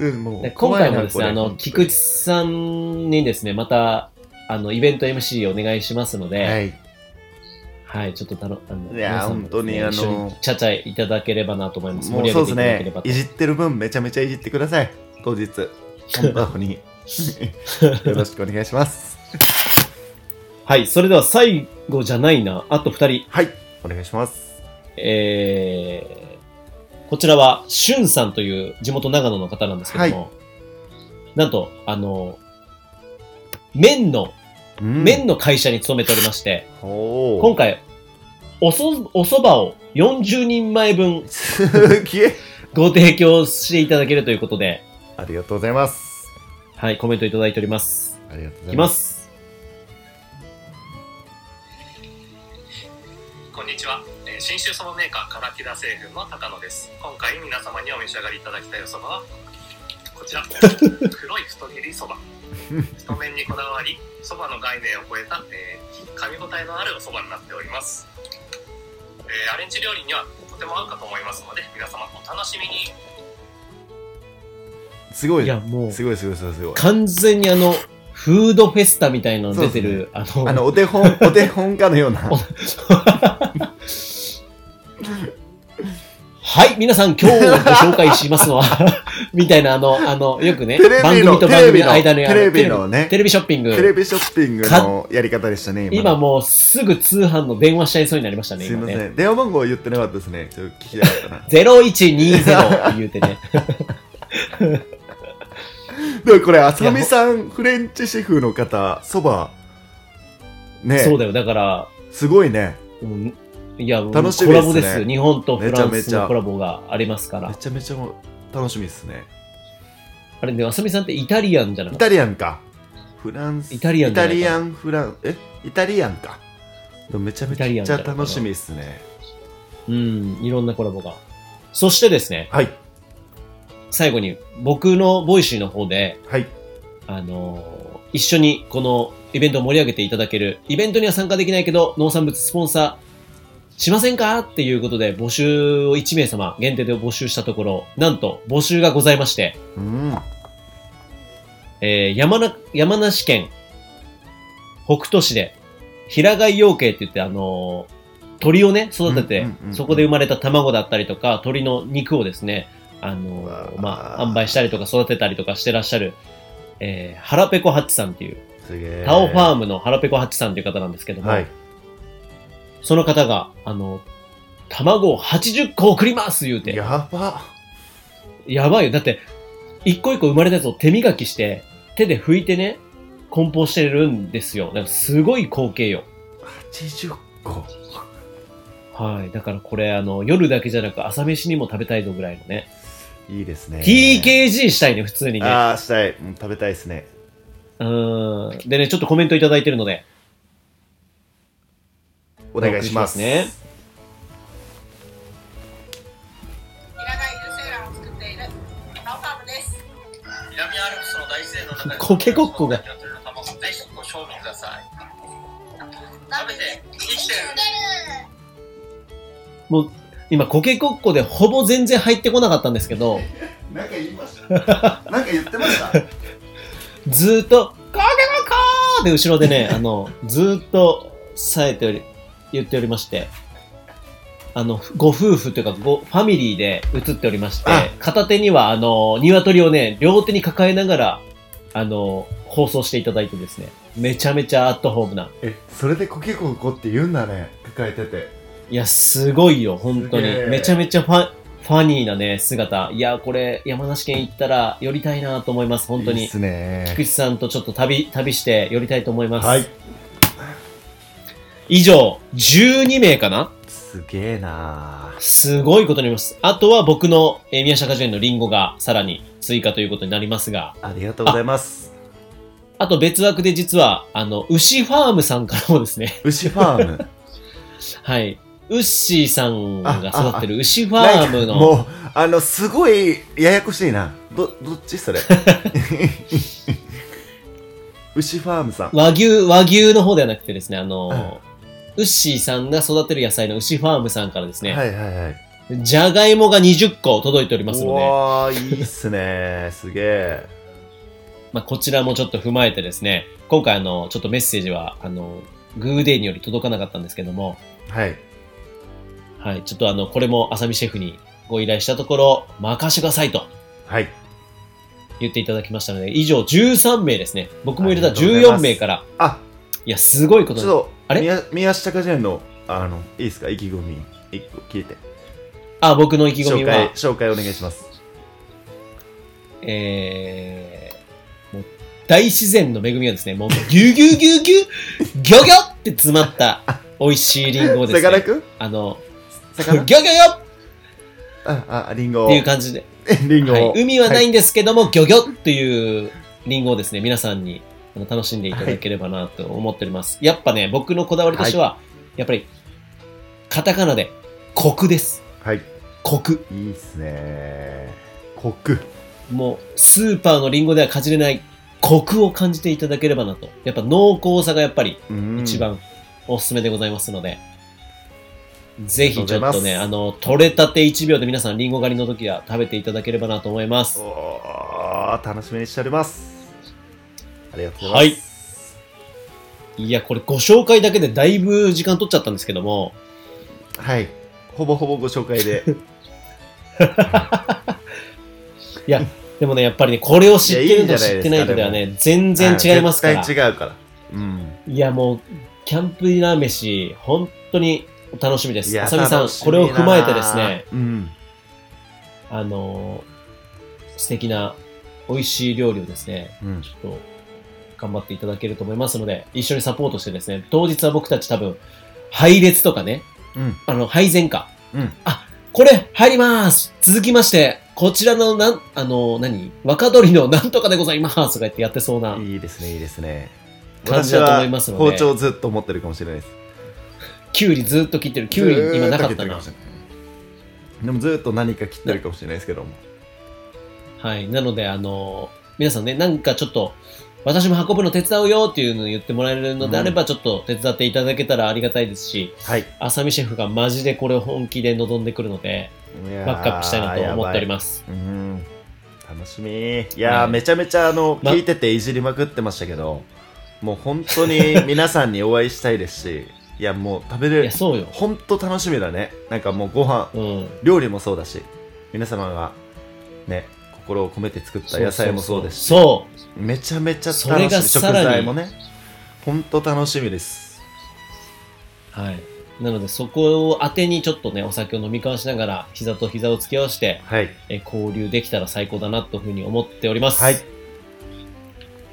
B: うんもう
A: で今回もですね、
B: 怖い
A: あ
B: なこれ
A: の、菊池さんにですね、また、あの、イベント MC お願いしますので、は、
B: はいい
A: ちょっとたの、あの、
B: いや
A: 皆さんもですね
B: 本当にあの
A: 一緒にちゃちゃいただければなと思います。
B: も
A: 盛
B: う
A: り
B: そ
A: 上げ
B: うで
A: ていた
B: す
A: だけれ
B: ね
A: ばと。
B: いじってる分めちゃめちゃいじってください当 日本当によろしくお願いします
A: はい、それでは最後じゃないな、あと二人、
B: はいお願いします
A: えー、こちらは、しゅんさんという地元長野の方なんですけども、なんと、あの、麺の、
B: うん
A: 麺の会社に勤めておりまして、
B: お
A: 今
B: お
A: 回、おそ、お蕎麦を40人前分
B: すげえ
A: ご提供していただけるということで、
B: ありがとうございます
A: はい、コメントいただいております。
B: ありがとうご
A: い
B: ざ
A: き
B: い
A: ま
B: ます
A: す。
C: こんにちは、えー新州そばメーカーから木田製粉の高野です今回皆様にお召し上がりいただきたいおそばは こちら黒い太切りそば太麺にこだわりそばの概念を超えた、えー噛み応えのあるおそばになっております、えーアレンジ料理にはとても合うかと思いますので皆様お楽しみに
B: すごい
A: いや、もう、
B: すごいすごいすごいすごい
A: 完全にあの、フードフェスタみたいなの出てる、あの、
B: あのお手本お手本かのような
A: はい、皆さん今日ご紹介しますの は、みたいなあの、あの、よくね
B: テレ、
A: 番
B: ビの
A: 組と
B: テ
A: 番
B: レ
A: 組
B: ビ
A: の
B: の
A: 間に
B: テレビのね
A: テレビショッピン
B: テレ
A: グ。
B: ビショッピングのやり方でしたね
A: 今
B: 今
A: もうすぐ通販の電話しちゃいそうになりましたね、
B: すい
A: 今
B: ま
A: ね。
B: せん電話番号言ってなかったですねちょっと聞きたかったな
A: 0120言うてね。
B: でもこれ浅見さんフレンチシェフの方そば ね
A: そうだよ。だから、
B: すごいね
A: うんいや、もう
B: 楽し
A: コ
B: みです
A: ラ
B: ね
A: ボですよ。日本とフラン
B: めちゃめ
A: ス
B: ちゃ
A: のコラボがありますから。
B: めちゃめちゃ楽しみですね
A: あれね、あさみさんってイタリアンじゃなか
B: イ
A: った
B: タリアンかフランス
A: イタリアンじゃないか
B: イタリアンフランえイタリアンかでもめちゃめ
A: イタリアン
B: ち
A: じゃ
B: ゃ
A: ないかな
B: 楽しみですね
A: うん、いろんなコラボが。そしてですね、
B: はい
A: 最後に僕のボイシーの方で、
B: はい
A: あのー一緒にこのイベントを盛り上げていただける、イベントには参加できないけど、農産物スポンサーしませんかっていうことで募集を1名様限定で募集したところ、なんと募集がございまして、
B: うん
A: えー山な山梨県北杜市で、平飼い養鶏って言って、あのー鳥をね、育て
B: うん
A: て
B: うんうんう、ん
A: そこで生まれた卵だったりとか、鳥の肉をですね、あの
B: うわ
A: ー
B: ー
A: まあ、販売したりとか育てたりとかしてらっしゃる、えー、腹ペコハッチさんっていう、
B: すげえ
A: タオファームの腹ペコハッチさんという方なんですけども、
B: はい
A: その方が、あの、卵を80個送ります言うて。
B: やば
A: やばいよ。だって、一個一個生まれたやつを手磨きして、手で拭いてね、梱包してるんですよ。なんかすごい光景よ。
B: 80個
A: はい。だからこれ、あの、夜だけじゃなく朝飯にも食べたいぞぐらいのね。
B: いいですね
A: TKG したいね、普通にね。
B: ああしたい、うん食べたいですね
A: うん。でね、ちょっとコメントいただいてるので。
B: お願いします
A: お送りし
E: いらない優勢欄を作っているタオファームです。
C: 南アルプスの大自然の中で
A: コケコッコが
C: ぜひご賞味ください
E: な
C: 食
E: ん
C: べ
E: で
C: て生きてる
A: もう、今、コケコッコでほぼ全然入ってこなかったんですけど、
B: なんか言いましたなんか言ってました
A: ずーっと、コケコッコーで後ろで ね、あの、ずーっと、冴えており、言っておりまして、あの、ご夫婦というか、ご、ファミリーで映っておりまして
B: あ、
A: 片手には、あの、鶏をね、両手に抱えながら、あの、放送していただいてですね、めちゃめちゃアットホームな。
B: えそれでコケコケって言うんだね抱えてて
A: いや、すごいよ、本当に
B: すげ。え
A: めちゃめちゃファ、ファニーなね、姿。いや、これ、山梨県行ったら、寄りたいなと思います、本当
B: いい
A: に
B: っ。すね
A: 菊池さんとちょっと旅、旅して寄りたいと思います。
B: はい
A: 以上、12名かな
B: すげえな
A: すごいことになります。あとは僕の、えー宮下果樹園のリンゴがさらに追加ということになりますが、
B: ありがとうございます
A: あと別枠で実は、あの、牛ファームさんからもですね、
B: 牛ファーム
A: はい、ウッシーさんが育ってる牛フ
B: フ
A: ァームの、
B: もうあのすごいややこしいなどどっち それ牛ファームさん
A: 和牛、和牛の方ではなくてですね、あの、ウッシーさんが育てる野菜の牛ファームさんからですね、
B: はいはいはい
A: じゃがいもが20個届いております
B: う
A: ので、
B: わーいいっすねすげえ
A: まあ、こちらもちょっと踏まえてですね、今回あの、ちょっとメッセージは、あの、グーデーにより届かなかったんですけども、
B: はい
A: はい、ちょっとあの、これも浅見シェフにご依頼したところ、任せてくださいと
B: はい
A: 言っていただきましたので、以上13名ですね。僕も入れた
B: ありがとうございま
A: 14
B: す
A: 名から、
B: あ
A: いや、すごいこ
B: ち
A: と
B: ょっ
A: に
B: と
A: あれ
B: 宮宮下果樹園のあのいいですか意気込み一個聞いて
A: あ、僕の意気込み
B: 紹介
A: は、
B: 紹介お願いします
A: えー、もう大自然の恵みはですね、もう、ぎゅうぎゅうぎゅうぎゅう、ぎょぎょって詰まった美味しいリンゴをです
B: さかな
A: ね、
B: クン
A: あの、ぎょぎょ
B: 魚
A: ぎょ
B: ああリンゴを
A: っていう感じで、
B: リンゴ
A: はい
B: を、、
A: 海はないんですけども、ギョギョっていうリンゴをですね、皆さんにあの楽しんでいただければなと思っております。やっぱね、僕のこだわりとしては、やっぱり、カタカナで、コクです。
B: はい、い
A: コク。
B: いっすねコク
A: もう、スーパーのリンゴではかじれない、コクを感じていただければなと。やっぱ濃厚さがやっぱり
B: うん
A: 一番おすすめでございますので、ぜひちょっ
B: ありがと
A: と
B: うござい
A: ね、
B: ます
A: あの、取れたて1秒で皆さんリンゴ狩りの時は食べていただければなと思います。
B: おー楽しみにしておりますありがとうございます
A: いや、これご紹介だけでだいぶ時間取っちゃったんですけども、
B: はい、ほぼほぼご紹介で
A: でもね、やっぱりね、これを知ってる
B: いやいい
A: と
B: んじゃない
A: 知
B: で
A: っ
B: すか
A: てないとではね、全然違いますから。
B: はい絶対違うからうん
A: いや、もう、キャンプディナー飯、本当に楽しみです。あさみさん
B: 楽、し
A: こ
B: み
A: れ
B: だな
A: を踏まえてですね、
B: うん
A: あのー素敵な美味しい料理をですね、
B: うん
A: ちょっと頑張っていただけると思いますので、一緒にサポートしてですね、当日は僕たち多分、配列とかね、
B: うん
A: あの、配膳か。
B: うん
A: あ、これ、入ります続きまして、こちらの、なん、あの、何若鳥の なんとかでございますとか言ってやってそうな。
B: いいですねいいですね
A: 感じだと思いますので
B: 私は包丁ずっと持ってるかもしれないです
A: キュウリずっと切ってる。キュウリ今なかった
B: ずー
A: な
B: と切。ってるかもしれないでもずっと何か切ってるかもしれないですけども
A: はい。なので、あの、皆さんね、なんかちょっと、私も運ぶの手伝うよっていうのを言ってもらえるのであれば、ちょっと手伝っていただけたらありがたいですし、
B: はい
A: 浅見シェフがマジでこれを本気で望んでくるので、バックアップしたいなと思っており
B: ま
A: ます。
B: すうん楽しみいやー、
A: はい
B: めちゃめちゃあの
A: ま
B: 聞いてていじりまくってましたけど、もう本当に 皆さんにお会いしたいですしいやもう食べ
A: い
B: れる
A: や、そうよ。
B: 本当楽しみだねなんかもうご飯
A: うん。
B: 料理もそうだし皆様がね心を込めて作った野菜もそうですし
A: そう
B: めちゃめちゃ
A: そ
B: 楽
A: れ
B: し
A: が
B: み食
A: さらに
B: 材もね本当楽しみです
A: はい。なので、そこを当てにちょっとね、お酒を飲み交わしながら、膝と膝を付き合わせて、
B: はい
A: えー交流できたら最高だなというふうに思っております。
B: はい。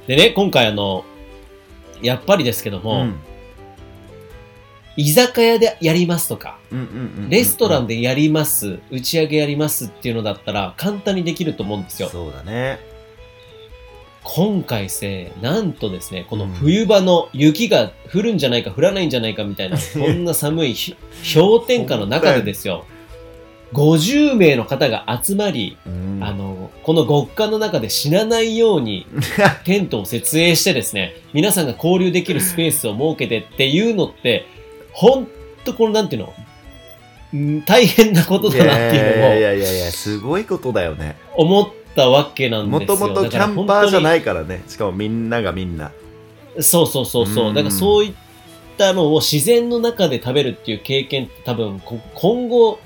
A: でね、今回あの、やっぱりですけど
B: うん
A: も、居酒屋でやりますとか、
B: うんうんうんうん
A: レストランでやります、打ち上げやりますっていうのだったら簡単にできると思うんですよ。
B: そうだね
A: 今回せ、なんとですね、この冬場の雪が降るんじゃないか降らないんじゃないかみた いな、こんな寒いひ氷点下の中でですよ、50名の方が集まり、
B: うん
A: あの、この極寒の中で死なないよう に、テントを設営してですね、皆さんが交流できるスペースを設けてっていうのって、ほんとこのなんていうの、うん大変なことだなって
B: いやい
A: いう
B: やいやいやすごいことだよね
A: のを思ったわけなん
B: も
A: ですよ。
B: ともとキャンパーじゃないからねしかもみんながみんな
A: そうそうそうそうう。
B: ん
A: だからそういったのを自然の中で食べるっていう経験って多分こ今後、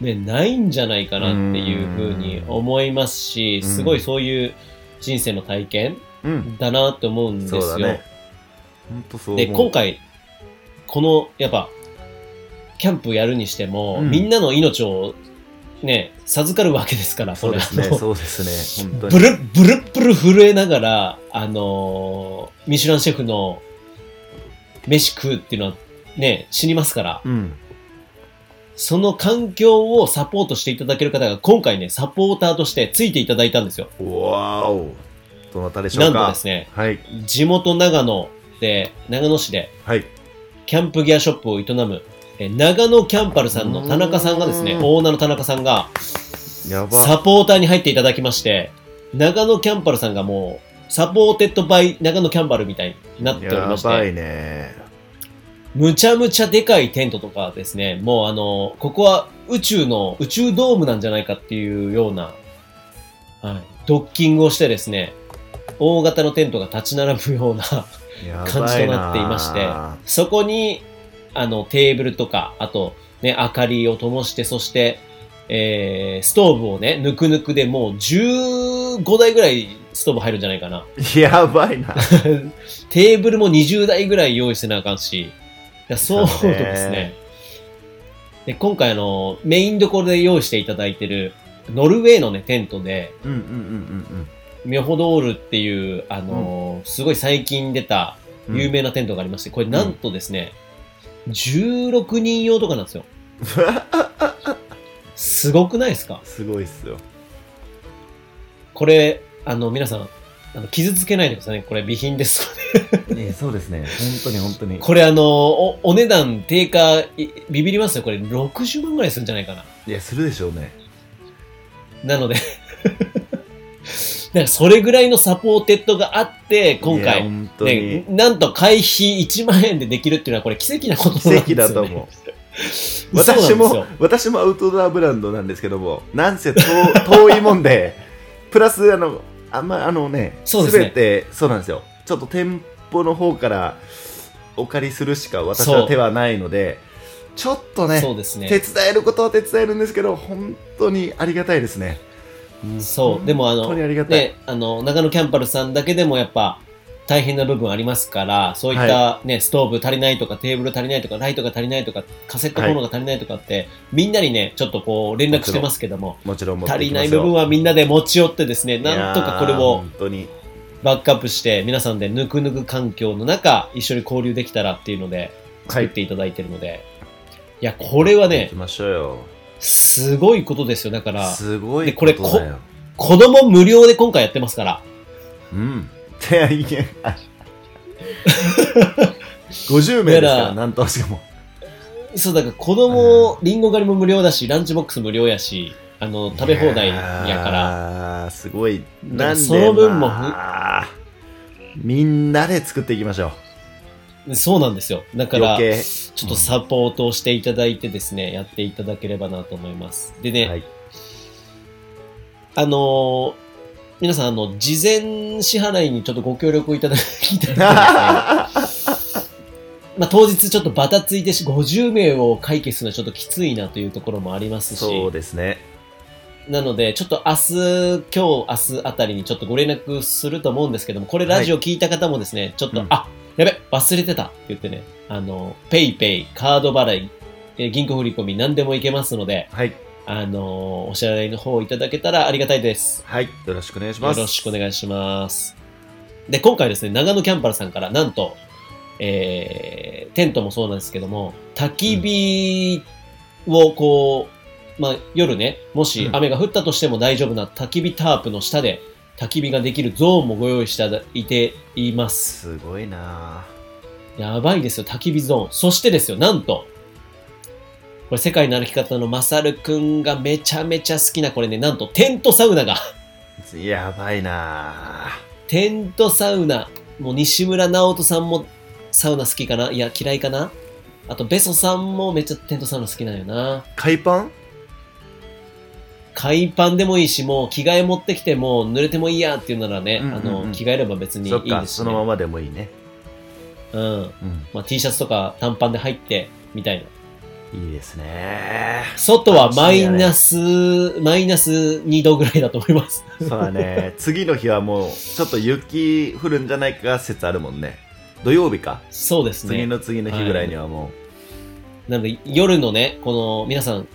A: ね、ないんじゃないかなっていうふうに思いますし、
B: うん
A: すごいそういう人生の体験
B: うん
A: だなって思うんです
B: そ
A: よ。
B: うだね本当そう思
A: で、
B: う
A: 今回、この、やっぱ、キャンプやるにしても、
B: うん
A: みんなの命をね、授かるわけですから、
B: そう
A: れ
B: ですね
A: あの
B: そうですね本当
A: ブル
B: に
A: ッブルッブル震えながら、あのーミシュランシェフの飯食うっていうのはね、死にますから、
B: うん
A: その環境をサポートしていただける方が今回ね、サポーターとしてついていただいたんですよ。
B: わーおどなたでしょ
A: な
B: うん
A: と
B: か
A: ですね、
B: はい
A: 地元長野で、長野市で、
B: はい
A: キャンプギアショップを営む、えー長野キャンパルさんの田中さんがですね
B: う、ん
A: オーナーの田中さんが、
B: やば
A: サポーターに入っていただきまして、長野キャンパルさんがもう、サポーテッドバイ長野キャンパルみたいになっており
B: や
A: まし
B: ば
A: て、
B: いね
A: むちゃむちゃでかいテントとかですね、もうあの、ここは宇宙の、宇宙ドームなんじゃないかっていうような、はい、ドッキングをしてですね、大型のテントが立ち並ぶような、
B: やばい
A: 感じとなっていましてそこに、あの、テーブルとか、あと、ね、明かりを灯して、そして、えー、ストーブをね、ぬくぬくでもう15台ぐらいストーブ入るんじゃないかな。
B: てやばいな
A: テーブルも20台ぐらい用意せなあかんし、いやそう
B: そうね
A: ですね。で、今回あの、メインどころで用意していただいてる、ノルウェーのね、テントで、
B: うんうんうん
A: ミョホドールっていう、あの、すごい最近出た
B: うんうん
A: 有名なテントがありまして、これなんとですね、16人用とかなんですよ。すごくないですか
B: すごいっすよ
A: これ、あの、皆さん、あの傷つけないでくださいね。これ、備品ですので。
B: ねそうですね本当に本当に
A: これ、あの、おお値段低下、いビビりますよ。これ、60万ぐらいするんじゃないかな。
B: いやするでしょうね
A: なので、 なんかそれぐらいのサポーテッドがあって、今
B: いや
A: 回、
B: 本当に、
A: ね、なんと会費1万円でできるっていうのは、これ、奇跡なことなんです
B: 奇
A: よ、ね。
B: 跡だと思う
A: そうなんで
B: 私
A: すよ
B: も私もアウトドアブランドなんですけどもなんせ遠遠いもんで プラスあのあんまあのね
A: そうですね
B: 全てそうなんですよちょっと店舗の方からお借りするしか私は手はないのでちょっとね
A: そうですね。
B: 手伝えることは手伝えるんですけど本当にありがたいですね
A: そう、でもあ
B: 本当
A: の、
B: にありがたい、
A: ね、あの、長野キャンパルさんだけでもやっぱ、大変な部分ありますから、そういったね、ストーブ足りないとか、テーブル足りないとか、ライトが足りないとか、カセットコンロが足りないとかって、みんなにね、ちょっとこう、連絡してますけども、
B: もちろん持って
A: 足
B: い
A: り
B: き
A: な
B: ま
A: い
B: すよ
A: 部分はみんなで持ち寄ってですね、なんとかこれ
B: いやー
A: を
B: 本当に
A: バックアップして、皆さんでぬくぬく環境の中、一緒に交流できたらっていうので、作っていただいてるので、い、や、これは
B: 行
A: ね
B: き、ましょうよ
A: すごいことですよ。だから、
B: すご
A: で
B: い
A: こ
B: こ
A: れ
B: とだよ
A: 子供無料で今回やってますから、
B: うん。いやいや。50
A: だから
B: 名ですから、なんとしかも。
A: そう、だから子供、リンゴ狩りも無料だし、ランチボックス無料やし、あの、食べ放題やから、
B: らすご
A: だ
B: い
A: か
B: なん
A: ら
B: で
A: その分も
B: まあみんなで作っていきましょ
A: そうなんですよ。だ
B: う
A: から、
B: 余計
A: ちょっとサポートをしていただいてですね、やっていただければなと思います。でね、
B: はい
A: あのー皆さん、あの、事前支払いにちょっとご協力をいただき たいんですねまあ当日ちょっとバタついてし、50名を解決するのはちょっときついなというところもあります
B: そう
A: し、
B: ですね
A: なので、ちょっと明日、今日、明日あたりにちょっとご連絡すると思うんですけども、これ
B: はい
A: ラジオ聞いた方もですね、ちょっと、
B: うん
A: あ、やべ、忘れてたって言ってね、あの、ペイペイ、カード払い、えー銀行振り込み何でもいけますので、
B: はい
A: あのーお支払いの方いただけたらありがたいです。
B: はいよろしくお願いし
A: よ
B: ます
A: ろしくお願いします。で、今回ですね、長野キャンパルさんから、なんと、えー、テントもそうなんですけども、焚き火をこう、まあ、夜ね、もし
B: うん
A: 雨が降ったとしても大丈夫な焚き火タープの下で、焚き火ができるゾーンもご用意していただいています。
B: すごいな
A: やばいですよ、焚き火ゾーン。そしてですよ、なんと、これ、世界の歩き方のマサルくんがめちゃめちゃ好きな、これね、なんと、テントサウナが
B: あやばいなあ
A: テントサウナ、もう西村直人さんもサウナ好きかないや、嫌いかなあと、ベソさんもめっちゃテントサウナ好きなんよな。
B: 海パン
A: 海パンでもいいし、もう着替え持ってきて、もう濡れてもいいやっていうならね、
B: うんうんうん
A: あの、着替えれば別にい
B: そっ
A: い
B: か
A: ですし
B: そ
A: ね、
B: のままでもいいね
A: うん。
B: うん
A: まあ、T シャツとか短パンで入って、みたいな。
B: いいですね
A: 外はマイナス、マイナス2度ぐらいだと思います。
B: そうだね次の日はもうちょっと雪降るんじゃないか説あるもんね土曜日か
A: そうですね。
B: 次の次の日ぐらいにはも
A: なので、夜のね、この、皆さん、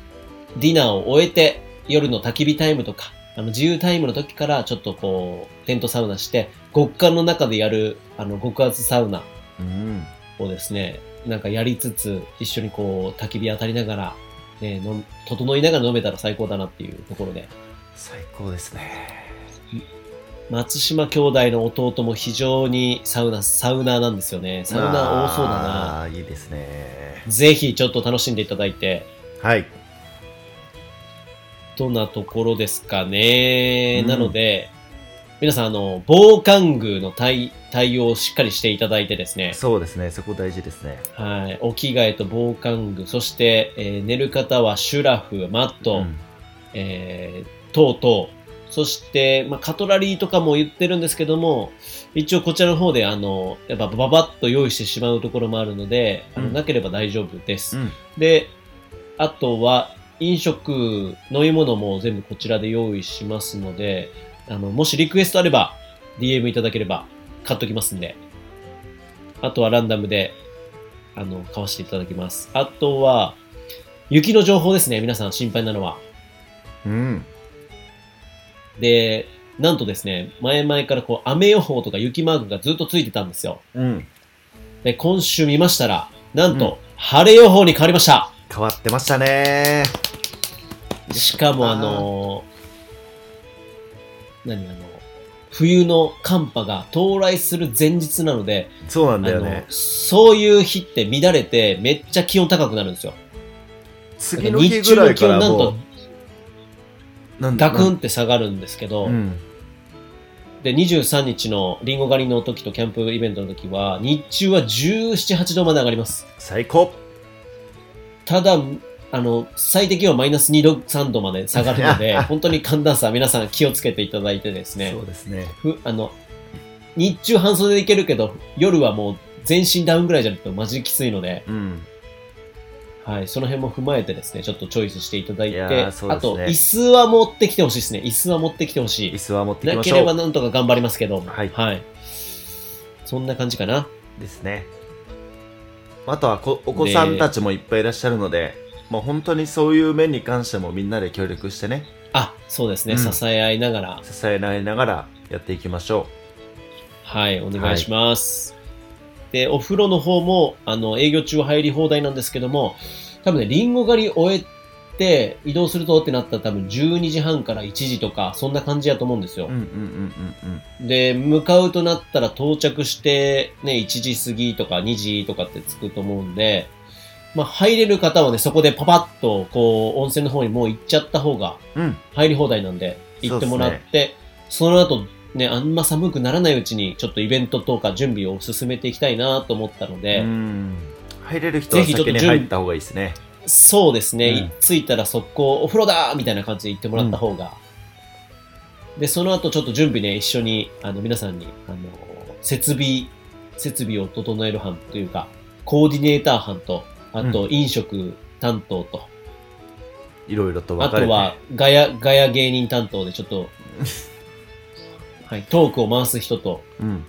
A: ディナーを終えて、夜の焚き火タイムとか、あの、自由タイムの時から、ちょっとこう、テントサウナして、極寒の中でやる、あの、極厚サウナ
B: う、うん、
A: をですね、なんかやりつつ、一緒にこう、焚き火当たりながら、ね、の整いながら飲めたら最高だなっていうところで、
B: 最高ですね
A: 松島兄弟の弟も非常にサウナ、サウナーなんですよね。サウナー多そうだな。
B: あーいいですね
A: ぜひ、ちょっと楽しんでいただいて、
B: はい
A: となところですかね。
B: うん
A: なので、皆さん、あの、防寒具の対対応をしっかりしていただいてですね、
B: そうですねそこ大事ですね
A: はい、お着替えと防寒具、そして、えー寝る方はシュラフ、マット、
B: うん
A: えー等々、そして、まあ、カトラリーとかも言ってるんですけども、一応こちらの方で、あの、やっぱババッと用意してしまうところもあるので、あの
B: うん
A: なければ大丈夫です。
B: うん
A: で、あとは飲食、飲み物も全部こちらで用意しますので、あの、もしリクエストあれば、DM いただければ買っときますんで。あとはランダムで、あの、買わせていただきます。あとは、雪の情報ですね、皆さん心配なのは。
B: うん
A: で、なんとですね、前々からこう、雨予報とか雪マークがずっとついてたんですよ。
B: うん
A: で、今週見ましたら、なんと、晴れ予報に変わりました
B: 変わってましたね
A: しかもあのー何あの、冬の寒波が到来する前日なので、
B: そうなんだ
A: あ
B: よね
A: のそういう日って乱れてめっちゃ気温高くなるんですよ。
B: 次の日ぐらいか
A: だから
B: ら
A: 日中の気温
B: も
A: なんと
B: うなん
A: ガク
B: なん
A: ンって下がるんですけど、
B: うん
A: で、23日のリンゴ狩りの時とキャンプイベントの時は、日中は17、8度まで上がります。
B: 最高
A: ただ、あの、最低気温はマイナス2度、3度まで下がるの で、本当に寒暖差皆さん気をつけていただいてですね
B: そ。うですね
A: ふあの日中半袖でいけるけど夜はもう全身ダウンぐらいじゃなくてマジきついので、
B: うん
A: はい、その辺も踏まえてですねちょっとチョイスしていただいて
B: いやーそうですね
A: あと椅子は持ってきてほしいですね椅子は持ってきてほし
B: 椅
A: い
B: 子は持ってき
A: な
B: ま
A: け
B: しょ
A: れ
B: う
A: ばなんとか頑張りますけども
B: はい
A: そんな感じかな
B: ですねあとはこお子さんたちもいっぱいいらっしゃるので、もう本当にそういう面に関してもみんなで協力してね
A: あそうですね、
B: うん
A: 支え合いながら
B: 支えられながらやっていきましょ
A: はいお願いします、でお風呂の方もあの営業中は入り放題なんですけども多分ねリンゴ狩り終えて移動するぞってなったら多分12時半から1時とかそんな感じやと思うんですよ、
B: ううんうんうんうん
A: で、向かうとなったら到着して、ね、1時過ぎとか2時とかって着くと思うんで、まあ、入れる方はね、そこでパパッと、こう、温泉の方にもう行っちゃった方が、
B: うん。
A: 入り放題なんで、行ってもらって、そ,、の後、ね、あんま寒くならないうちに、ちょっとイベントとか準備を進めていきたいなと思ったので、
B: うん。入れる人は
A: ぜひちょっと
B: 先
A: 準
B: に
A: 備
B: 入った方がいいですね。
A: そうですね、
B: う
A: 着いたら速攻、お風呂だみたいな感じで行ってもらった方が、で、その後ちょっと準備ね、一緒に、あの、皆さんに、あの、設備、設備を整える班というか、コーディネーター班と、あと飲食担当と、
B: いろいろと分
A: あ
B: かれ
A: と
B: て。
A: は、ガヤ、ガヤ芸人担当でちょっ と、はい、トークを回す人と
B: うん。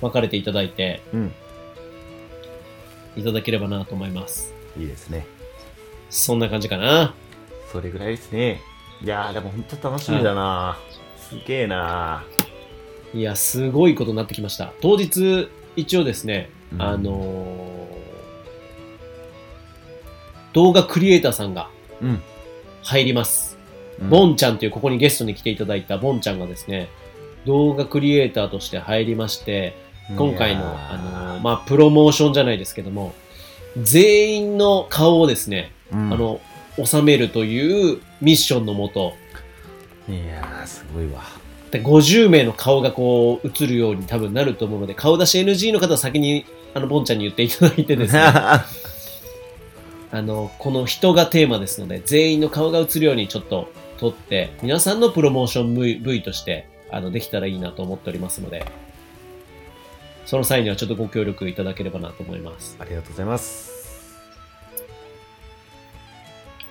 A: 分かれていただいて、
B: うん。
A: いただければなと思います。
B: いいですね。
A: そんな感じかな。
B: それぐらいですね。いやー、でも本当楽しみだな、すげえない
A: や、すごいことになってきました。当日、一応ですね、
B: うん
A: あのー動画クリエイターさんが
B: うん。
A: 入ります。
B: うん
A: ボンちゃんという、ここにゲストに来ていただいたボンちゃんがですね、動画クリエイターとして入りまして、今回
B: い
A: の、
B: やー
A: あのー、まあ、プロモーションじゃないですけども、全員の顔をですね、
B: うん
A: あの、収めるというミッションのもと、
B: いやー、すごいわ。
A: で50名の顔がこう映るように多分なると思うので、顔出し NG の方は先に、あの、ボンちゃんに言っていただいて ですね、あの、この人がテーマですので、全員の顔が映るようにちょっと撮って、皆さんのプロモーション部位部位として、あの、できたらいいなと思っておりますので、その際にはちょっとご協力いただければなと思います。
B: ありがとうございます。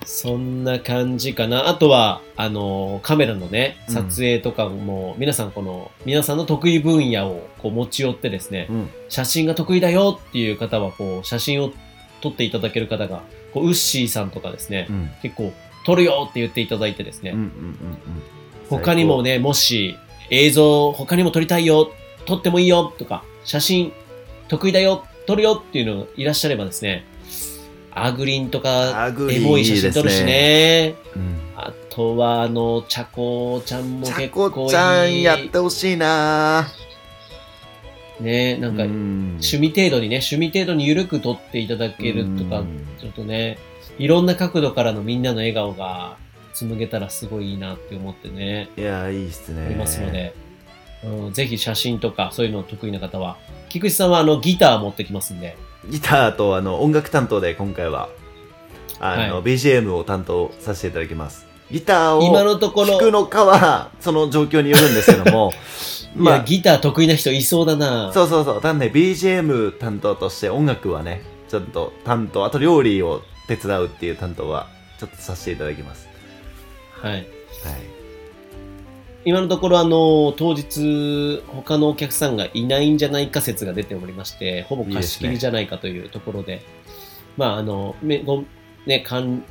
A: そんな感じかな。あとは、あの、カメラのね、
B: うん
A: 撮影とかも、皆さんこの、皆さんの得意分野をこう持ち寄ってですね、
B: うん。
A: 写真が得意だよっていう方は、こう、写真を撮っていただける方が、こう、ウッシーさんとかですね、
B: うん。
A: 結構、撮るよって言っていただいてですね、
B: うんうんうんうん。
A: 他にもね、もし、映像、他にも撮りたいよ、撮ってもいいよとか、写真、得意だよ、撮るよっていうのいらっしゃればですね、アグリンとか、
B: アグリ
A: エ
B: ー
A: モい写真撮るしね。
B: 最高。うん。
A: あとは、あの、チャコちゃんも
B: ち
A: 結
B: ゃ
A: 構いい。
B: こちゃんやってほしいな
A: ね、なんか、
B: う
A: 趣
B: ん
A: 味程度にね、趣味程度に緩く撮っていただけるとか
B: う、ん
A: ちょっとね、いろんな角度からのみんなの笑顔が紡げたらすごいいいなって思ってね、
B: いやー、いいっすね。
A: ありますので、うん、ぜひ写真とかそういうの得意な方は、菊池さんはあの、ギター持ってきますんで、
B: ギターとあの音楽担当で今回はあの、
A: は
B: BGM を担当させていただきますギター
A: 今
B: を
A: のとこ
B: 弾く
A: ろ、
B: のかはその状況によるんですけども
A: い
B: ま
A: や、
B: あ
A: ギター得意な人いそうだな
B: そうそうそう単ね BGM 担当として音楽はねちょっと担当あと料理を手伝うっていう担当はちょっとさせていただきます
A: はい。
B: はい
A: 今のところあの当日他のお客さんがいないんじゃないか説が出ておりましてほぼ貸し切りじゃないかというところでまああのめごねかん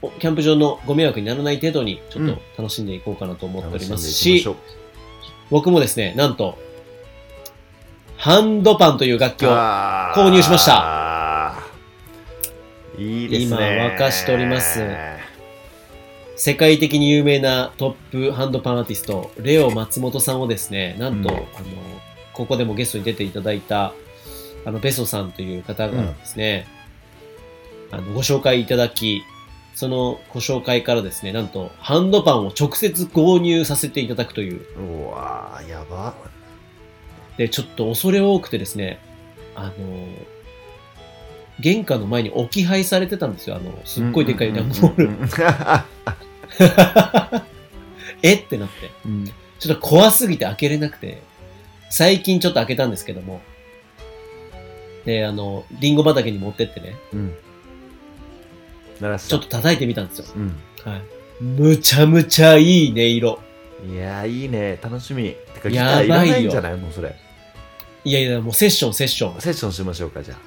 A: おキャンプ場のご迷惑にならない程度にちょっ
B: うん
A: と楽しんでいこうかなと思ってお
B: 楽
A: り
B: しんで
A: ま
B: い
A: す
B: きま
A: し,、
B: しょう
A: 僕もですねなんとハンドパンという楽器を
B: あー
A: 購入しました
B: いいですね
A: 今沸かしております世界的に有名なトップハンドパンアーティスト、レオ松本さんをですね、なんと、
B: うん
A: あの、ここでもゲストに出ていただいた、あの、ベソさんという方がですね、あの、ご紹介いただき、そのご紹介からですね、なんと、ハンドパンを直接購入させていただくという、
B: うわーやば
A: で、ちょっと恐れ多くてですね、あの、玄関の前に置き配されてたんですよ、あの、すっごいでかい段ボール。
B: ール
A: えってなって。ちょっと怖すぎて開けれなくて、最近ちょっと開けたんですけども、で、あの、リンゴ畑に持ってってね、
B: うん。鳴らし
A: ちょっと叩いてみたんですよ。
B: う
A: はい。むちゃむちゃいい音色。
B: ん。いやー、いいね。楽しみ。てか、ギタ
A: やば
B: ー
A: いよ
B: いらないんじゃないもうそれ。
A: いやいや、もうセッション、セッショ
B: セッションしましょうか、じゃあ。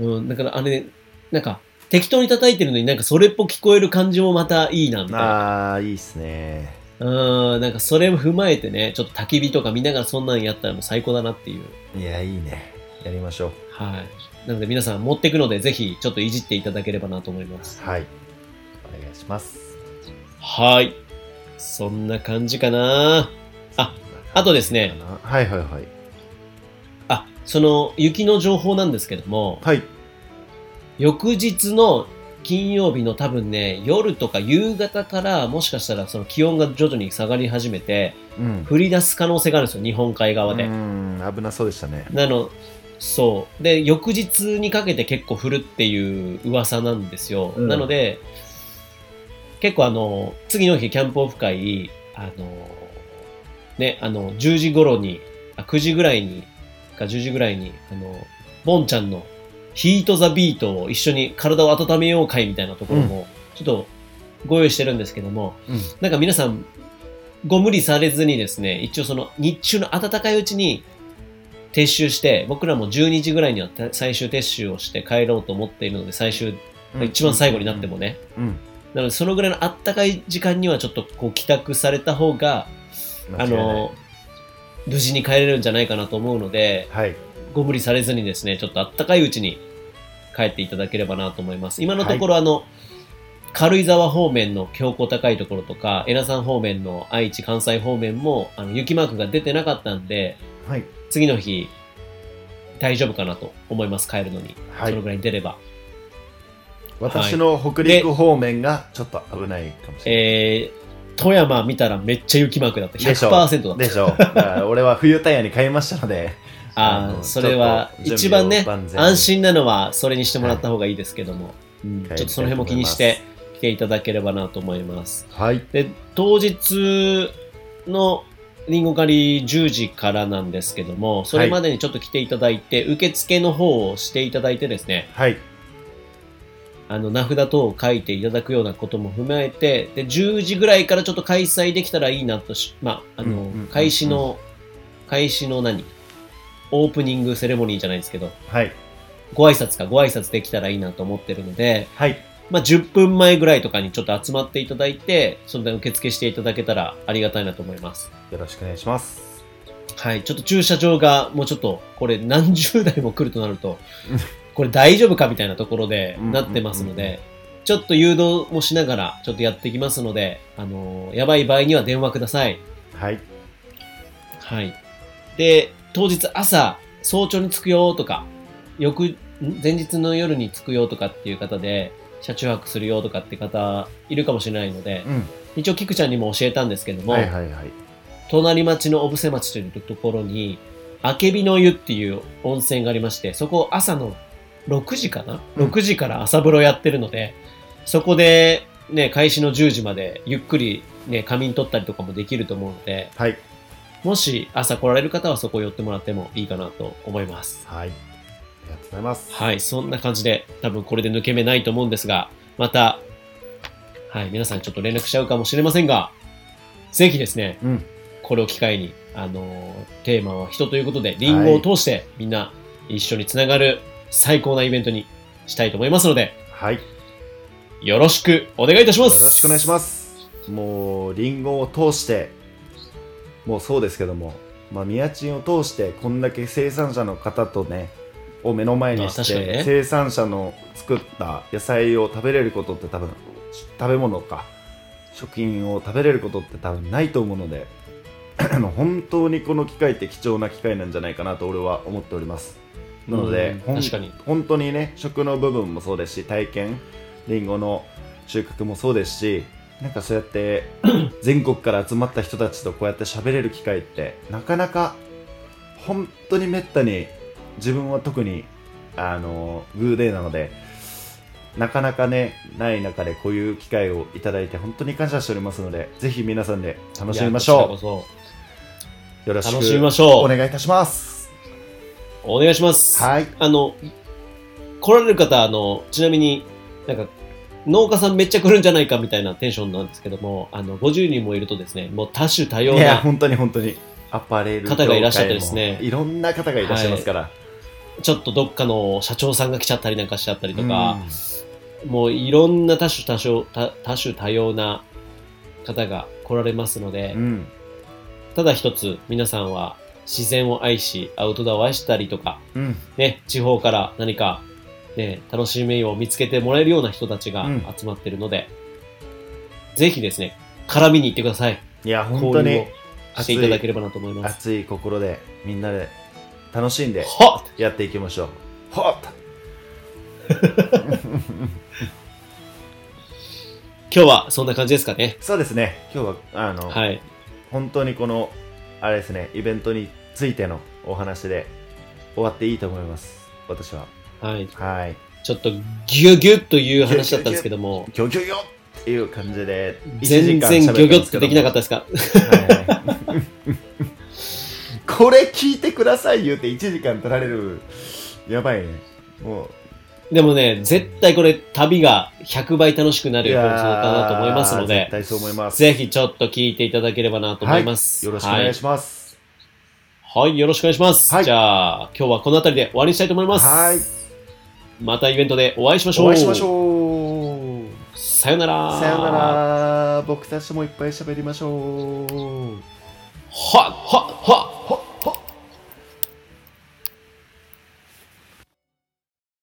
A: ン。うん、だからあれ、なんか、適当に叩いてるのになんかそれっぽく聞こえる感じもまたいいな、みたいな。
B: あー、いいっすね。
A: うん、なんかそれを踏まえてね、ちょっと焚き火とか見ながらそんなんやったらもう最高だなっていう。
B: いや、いいね。やりましょ
A: はい。なので皆さん持ってくので、ぜひちょっといじっていただければなと思います。
B: う。はい。お願いします。
A: はい。そんな感じかな。あ、あとですね
B: そんな感じかな。はいはいはい。
A: あ、その雪の情報なんですけども、
B: はい。
A: 翌日の金曜日の多分ね、夜とか夕方からもしかしたらその気温が徐々に下がり始めて、
B: うん
A: 降り出す可能性があるんですよ、日本海
B: う
A: 側で。
B: ん危なそうでしたね
A: なの、そう。で、翌日にかけて結構降るっていう噂なんですよ。
B: うん
A: なので、結構あの、次の日キャンプオフ会、あの、ね、あの、10時頃に、あ9時ぐらいに、か10時ぐらいに、あの、ボンちゃんのヒートザビートを一緒に体を温めよう会みたいなところも、ちょっとご用意してるんですけども、
B: うん
A: なんか皆さん、ご無理されずにですね、一応その日中の暖かいうちに撤収して、僕らも12時ぐらいにはた最終撤収をして帰ろうと思っているので、最終、一番最後になってもね。
B: うん
A: なので、そのぐらいのあったかい時間にはちょっとこう帰宅された方が、
B: 間
A: あ
B: 違いない
A: の、無事に帰れるんじゃないかなと思うので、
B: はい
A: ご無理されずにですね、ちょっとあったかいうちに帰っていただければなと思います。今のところ、あの、軽井沢方面の標高高いところとか、江那山方面の愛知、関西方面も、あの、雪マークが出てなかったんで、
B: はい
A: 次の日、大丈夫かなと思います、帰るのに。
B: は
A: その
B: い
A: ぐらいに出れば。
B: 私の北陸方面がちょっと危ないかもしれ
A: えー、富山見たらめっちゃ雪マークだった。
B: でしょ
A: 100%だっ
B: な
A: た。
B: いでしょうだから俺は冬タイヤに変えましたので あ
A: ああ、
B: の
A: それは
B: ちょっと
A: 一番ね
B: 準備を万、全に
A: 安心なのはそれにしてもらった方がいいですけども、うんちょっとその辺も気にして来ていただければなと思います。
B: はい
A: で当日のリンゴ狩り10時からなんですけどもそれまでにちょっと来ていただいて、受付の方をしていただいてですね
B: はい
A: あの名札等を書いていただくようなことも踏まえてで10時ぐらいからちょっと開催できたらいいなとしまああの、
B: うんうんうん
A: 開始の開始の何オープニングセレモニーじゃないですけど
B: はい
A: ご挨拶かご挨拶できたらいいなと思ってるので、
B: はい
A: まあ、10分前ぐらいとかにちょっと集まっていただいてそれで受付していただけたらありがたいなと思います
B: よろしくお願いします
A: はい、ちょっと駐車場がもうちょっと、これ何十台も来るとなる と、これ大丈夫かみたいなところで
B: うん
A: なってますの
B: うんうん
A: で、ちょっと誘導もしながら、ちょっとやってきますので、あのーやばい場合には電話ください。
B: はい
A: はい。で、当日朝、早朝に着くよとか、翌、ん前日の夜に着くよとかっていう方で、車中泊するよとかって方いるかもしれないので
B: う、ん
A: 一応菊ちゃんにも教えたんですけども、
B: はいはいはい
A: 隣町の小布施町というところに、あけびの湯っていう温泉がありまして、そこ朝の6時かな
B: うん
A: ?6 時から朝風呂やってるので、そこで、ね、開始の10時までゆっくり、ね、仮眠取ったりとかもできると思うので、
B: はい
A: もし朝来られる方はそこ寄ってもらってもいいかなと思います。
B: はいありがとうございます
A: はい、そんな感じで、多分これで抜け目ないと思うんですが、また、はい、皆さんちょっと連絡しちゃうかもしれませんが、ぜひですね、
B: うん
A: これを機会に、あのーテーマは人ということで、リンゴを通してみんな一緒につながる最高なイベントにしたいと思いますので、
B: はいよ
A: よろしくお願いいたしま
B: ろ
A: す。
B: しくお願いしますもうりんごを通してもうそうですけどもまあ宮賃を通してこんだけ生産者の方とねを目の前にし
A: あ確かに
B: て、
A: ね
B: 生産者の作った野菜を食べれることって多分食べ物か食品を食べれることって多分ないと思うので あの本当にこの機会って貴重な機会なんじゃないかなと俺は思っておりますなので、
A: うん
B: ほん
A: 確かに
B: 本当にね食の部分もそうですし体験りんごの収穫もそうですしなんかそうやって全国から集まった人たちとこうやって喋れる機会ってなかなか本当にめったに自分は特にあのグーデーなのでなかなかねない中でこういう機会をいただいて本当に感謝しておりますのでぜひ皆さんで楽しみまし
A: いやこ
B: ょ
A: ちらこ
B: うよろし
A: そ
B: く
A: 楽しみましょ
B: お
A: う。
B: 願いいたします
A: お願いします。
B: はい
A: あの、来られる方、あの、ちなみになんか、農家さんめっちゃ来るんじゃないかみたいなテンションなんですけども、あの、50人もいるとですね、もう多種多様
B: いや
A: な、
B: 本当に本当にアパレル
A: 方がいらっしゃって
B: 業界も
A: ですね
B: いろんな方がいらっしゃいますから、
A: ちょっとどっかの社長さんが来ちゃったりなんかしちゃったりとか、もういろんな多種多様多多種多様な方が来られますので、
B: うん、うん
A: ただ一つ皆さんは自然を愛し、アウトドアを愛したりとか、
B: うん
A: ね、地方から何か、ね、楽しみを見つけてもらえるような人たちが
B: うん
A: 集まってるので、ぜひですね、絡みに行ってください。
B: いや本当
A: 交
B: に
A: 流をしていただければなと思います。
B: 熱い心でみんなで楽しんで
A: はっ
B: やっていきましょうほっ
A: 今日はそんな感じですかね。
B: そうですね今日はあの、
A: はい。
B: 本当にこのあれですねイベントについてのお話で終わっていいと思います私は
A: はい。
B: はい
A: ちょっとギュギュッという話だったんですけども、
B: ギョギョギョっていう感じで
A: 全然ギョギョッとできなかった
B: た
A: ですか
B: これ聞いてください言うて1時間取られるやばいねも
A: でもね、絶対これ旅が100倍楽しくな
B: う
A: る放送だなと思いますの
B: いやー絶
A: で、
B: 対そう思います
A: ぜひちょっと聞いていただければなと思います。
B: よろしくお願いします
A: はい、はいよろしくお願いします。
B: はい
A: じゃあ、今日はこの辺りで終わりにしたいと思います。
B: はい
A: またイベントでお会いしましょう。
B: お会いしましょう
A: さよなら。
B: さよな。ら僕たちもいっぱい喋りましょう
A: はっはっはっはっ。